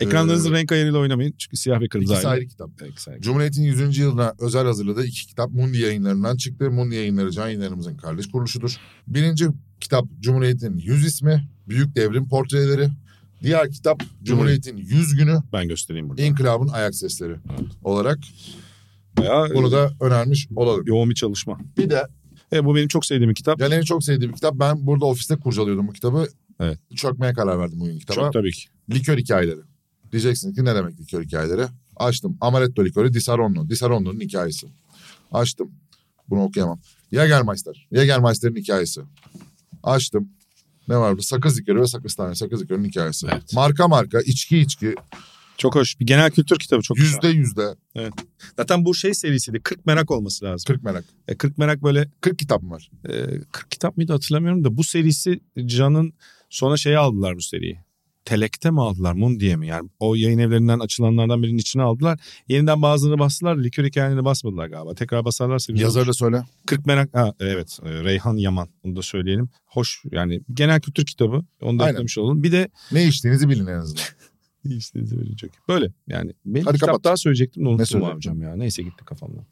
Speaker 3: Ee,
Speaker 2: Ekranlarınızın renk ayarıyla oynamayın. Çünkü siyah ve kırmızı
Speaker 3: İkisi
Speaker 2: aynı.
Speaker 3: ayrı kitap.
Speaker 2: Evet, ikisi ayrı.
Speaker 3: Cumhuriyet'in 100. yılına özel hazırladığı iki kitap Mundi yayınlarından çıktı. Mundi yayınları can yayınlarımızın kardeş kuruluşudur. Birinci kitap Cumhuriyet'in 100 ismi, Büyük Devrim Portreleri. Diğer kitap Cumhuriyet'in 100 günü,
Speaker 2: Ben göstereyim burada.
Speaker 3: İnkılabın Ayak Sesleri olarak.
Speaker 2: Bayağı e,
Speaker 3: Bunu da önermiş olalım.
Speaker 2: yoğun bir çalışma.
Speaker 3: Bir de
Speaker 2: E, bu benim çok sevdiğim bir kitap.
Speaker 3: Caner'in çok sevdiği bir kitap. Ben burada ofiste kurcalıyordum bu kitabı.
Speaker 2: Evet.
Speaker 3: Çökmeye karar verdim bugün kitaba.
Speaker 2: Çok tabii ki.
Speaker 3: Likör hikayeleri. Diyeceksin ki ne demek likör hikayeleri? Açtım. Amaretto likörü Disaronno. Disaronno'nun hikayesi. Açtım. Bunu okuyamam. Jägermeister. Jägermeister'in hikayesi. Açtım. Ne var burada? Sakız likörü ve sakız tane. Sakız likörünün hikayesi.
Speaker 2: Evet.
Speaker 3: Marka marka, içki içki,
Speaker 2: Çok hoş. Bir genel kültür kitabı çok güzel.
Speaker 3: yüzde yüzde,
Speaker 2: Zaten bu şey serisiydi. 40 merak olması lazım.
Speaker 3: 40 merak.
Speaker 2: E, 40 merak böyle
Speaker 3: 40 kitap mı var?
Speaker 2: e, 40 kitap mıydı hatırlamıyorum da bu serisi Can'ın sonra şeyi aldılar bu seriyi. Telek'te mi aldılar Mundi'ye mi? Yani o yayın evlerinden açılanlardan birinin içine aldılar. Yeniden bazılarını bastılar. Likör hikayelerini basmadılar galiba. Tekrar basarlarsa güzel.
Speaker 3: Yazarı da söyle.
Speaker 2: 40 merak. Ha, evet e, Reyhan Yaman. Onu da söyleyelim. Hoş yani genel kültür kitabı. Onu da
Speaker 3: Aynen.
Speaker 2: eklemiş olalım. Bir de
Speaker 3: Ne içtiğinizi bilin en azından.
Speaker 2: İstediğinizi verecek. Böyle yani. Benim
Speaker 3: Hadi
Speaker 2: kitap
Speaker 3: kapat.
Speaker 2: daha söyleyecektim de unuttum
Speaker 3: söyleyecektin?
Speaker 2: hocam ya. Neyse gitti kafamdan.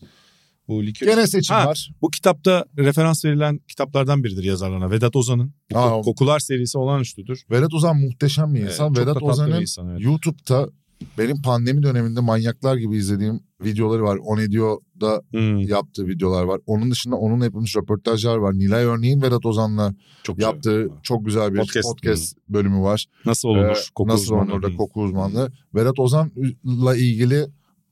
Speaker 2: Bu likör.
Speaker 3: Gene seçim
Speaker 2: Ha.
Speaker 3: var.
Speaker 2: Bu kitapta referans verilen kitaplardan biridir yazarlarına. Vedat Ozan'ın.
Speaker 3: Aa,
Speaker 2: Kokular serisi olağanüstüdür.
Speaker 3: Vedat Ozan muhteşem bir
Speaker 2: Evet,
Speaker 3: insan.
Speaker 2: çok da
Speaker 3: Vedat
Speaker 2: tatlı bir
Speaker 3: Ozan'ın
Speaker 2: insan, evet.
Speaker 3: YouTube'da benim pandemi döneminde manyaklar gibi izlediğim videoları var. On Edio'da
Speaker 2: Hmm,
Speaker 3: yaptığı videolar var. Onun dışında onun yapılmış röportajlar var. Nilay örneğin Vedat Ozan'la
Speaker 2: çok güzel.
Speaker 3: yaptığı çok güzel bir
Speaker 2: Podcast.
Speaker 3: podcast, bölümü var.
Speaker 2: Nasıl olunur?
Speaker 3: Ee,
Speaker 2: koku
Speaker 3: Nasıl
Speaker 2: uzmanı.
Speaker 3: olur da
Speaker 2: Hmm.
Speaker 3: koku uzmanlığı. Vedat Ozan'la ilgili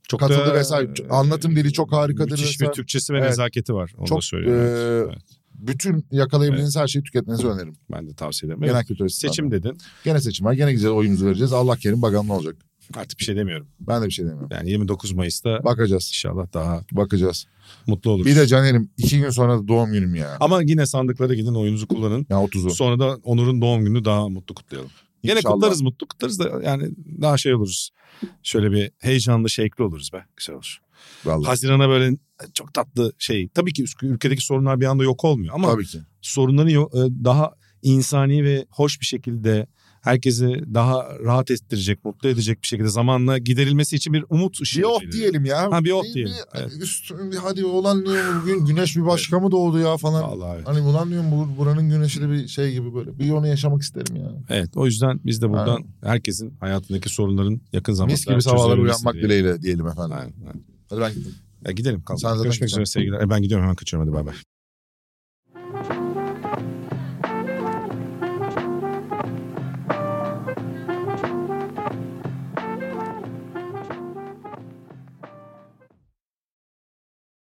Speaker 2: Çok
Speaker 3: katıldı
Speaker 2: da, e,
Speaker 3: vesaire. Anlatım dili çok harikadır
Speaker 2: Müthiş bir
Speaker 3: vesaire.
Speaker 2: Türkçesi ve
Speaker 3: Evet.
Speaker 2: nezaketi var. Onu da
Speaker 3: Çok,
Speaker 2: söyleyeyim. Evet,
Speaker 3: e,
Speaker 2: evet.
Speaker 3: bütün yakalayabildiğiniz her şeyi tüketmenizi öneririm.
Speaker 2: Ben de tavsiye ederim.
Speaker 3: Genel
Speaker 2: Evet.
Speaker 3: kültür açısından.
Speaker 2: Seçim dedin.
Speaker 3: Gene seçim var. Gene güzel oyumuzu vereceğiz. Allah kerim bakalım ne olacak.
Speaker 2: Artık bir şey demiyorum.
Speaker 3: Ben de bir şey demiyorum.
Speaker 2: Yani 29 Mayıs'ta
Speaker 3: Bakacağız.
Speaker 2: inşallah daha
Speaker 3: Bakacağız.
Speaker 2: mutlu oluruz.
Speaker 3: Bir de Caner'im iki gün sonra da doğum günüm ya.
Speaker 2: Ama yine sandıklara gidin oyunuzu kullanın.
Speaker 3: Ya 30'u.
Speaker 2: Sonra da Onur'un doğum günü daha mutlu kutlayalım. Yine
Speaker 3: İnşallah.
Speaker 2: kutlarız mutlu kutlarız da yani daha şey oluruz. Şöyle bir heyecanlı şekli oluruz be. Güzel olur.
Speaker 3: Vallahi.
Speaker 2: Haziran'a böyle çok tatlı şey. Tabii ki ülk- ülkedeki sorunlar bir anda yok olmuyor ama
Speaker 3: Tabii ki.
Speaker 2: sorunların yo- e, daha insani ve hoş bir şekilde herkesi daha rahat ettirecek, mutlu edecek bir şekilde zamanla giderilmesi için bir umut ışığı.
Speaker 3: Bir oh
Speaker 2: veriyor.
Speaker 3: diyelim ya.
Speaker 2: Ha, bir oh
Speaker 3: Bir-
Speaker 2: diyelim,
Speaker 3: bir- hani
Speaker 2: evet.
Speaker 3: üstün- bir hadi ulan diyorum bugün güneş bir başka mı doğdu ya falan.
Speaker 2: Vallahi evet.
Speaker 3: Hani ulan diyorum bu- buranın güneşi de bir şey gibi böyle. Bir onu yaşamak isterim ya.
Speaker 2: Evet, o yüzden biz de buradan herkesin hayatındaki sorunların yakın zamanda
Speaker 3: Mis gibi sabahlar
Speaker 2: çözülmesi
Speaker 3: uyanmak
Speaker 2: diye.
Speaker 3: dileğiyle diyelim efendim.
Speaker 2: Aynen, aynen.
Speaker 3: Hadi ben gittim.
Speaker 2: Ya gidelim. Kalk.
Speaker 3: Sen zaten
Speaker 2: Görüşmek üzere
Speaker 3: gideceksin.
Speaker 2: sevgiler. E ben gidiyorum hemen kaçıyorum hadi bay bay.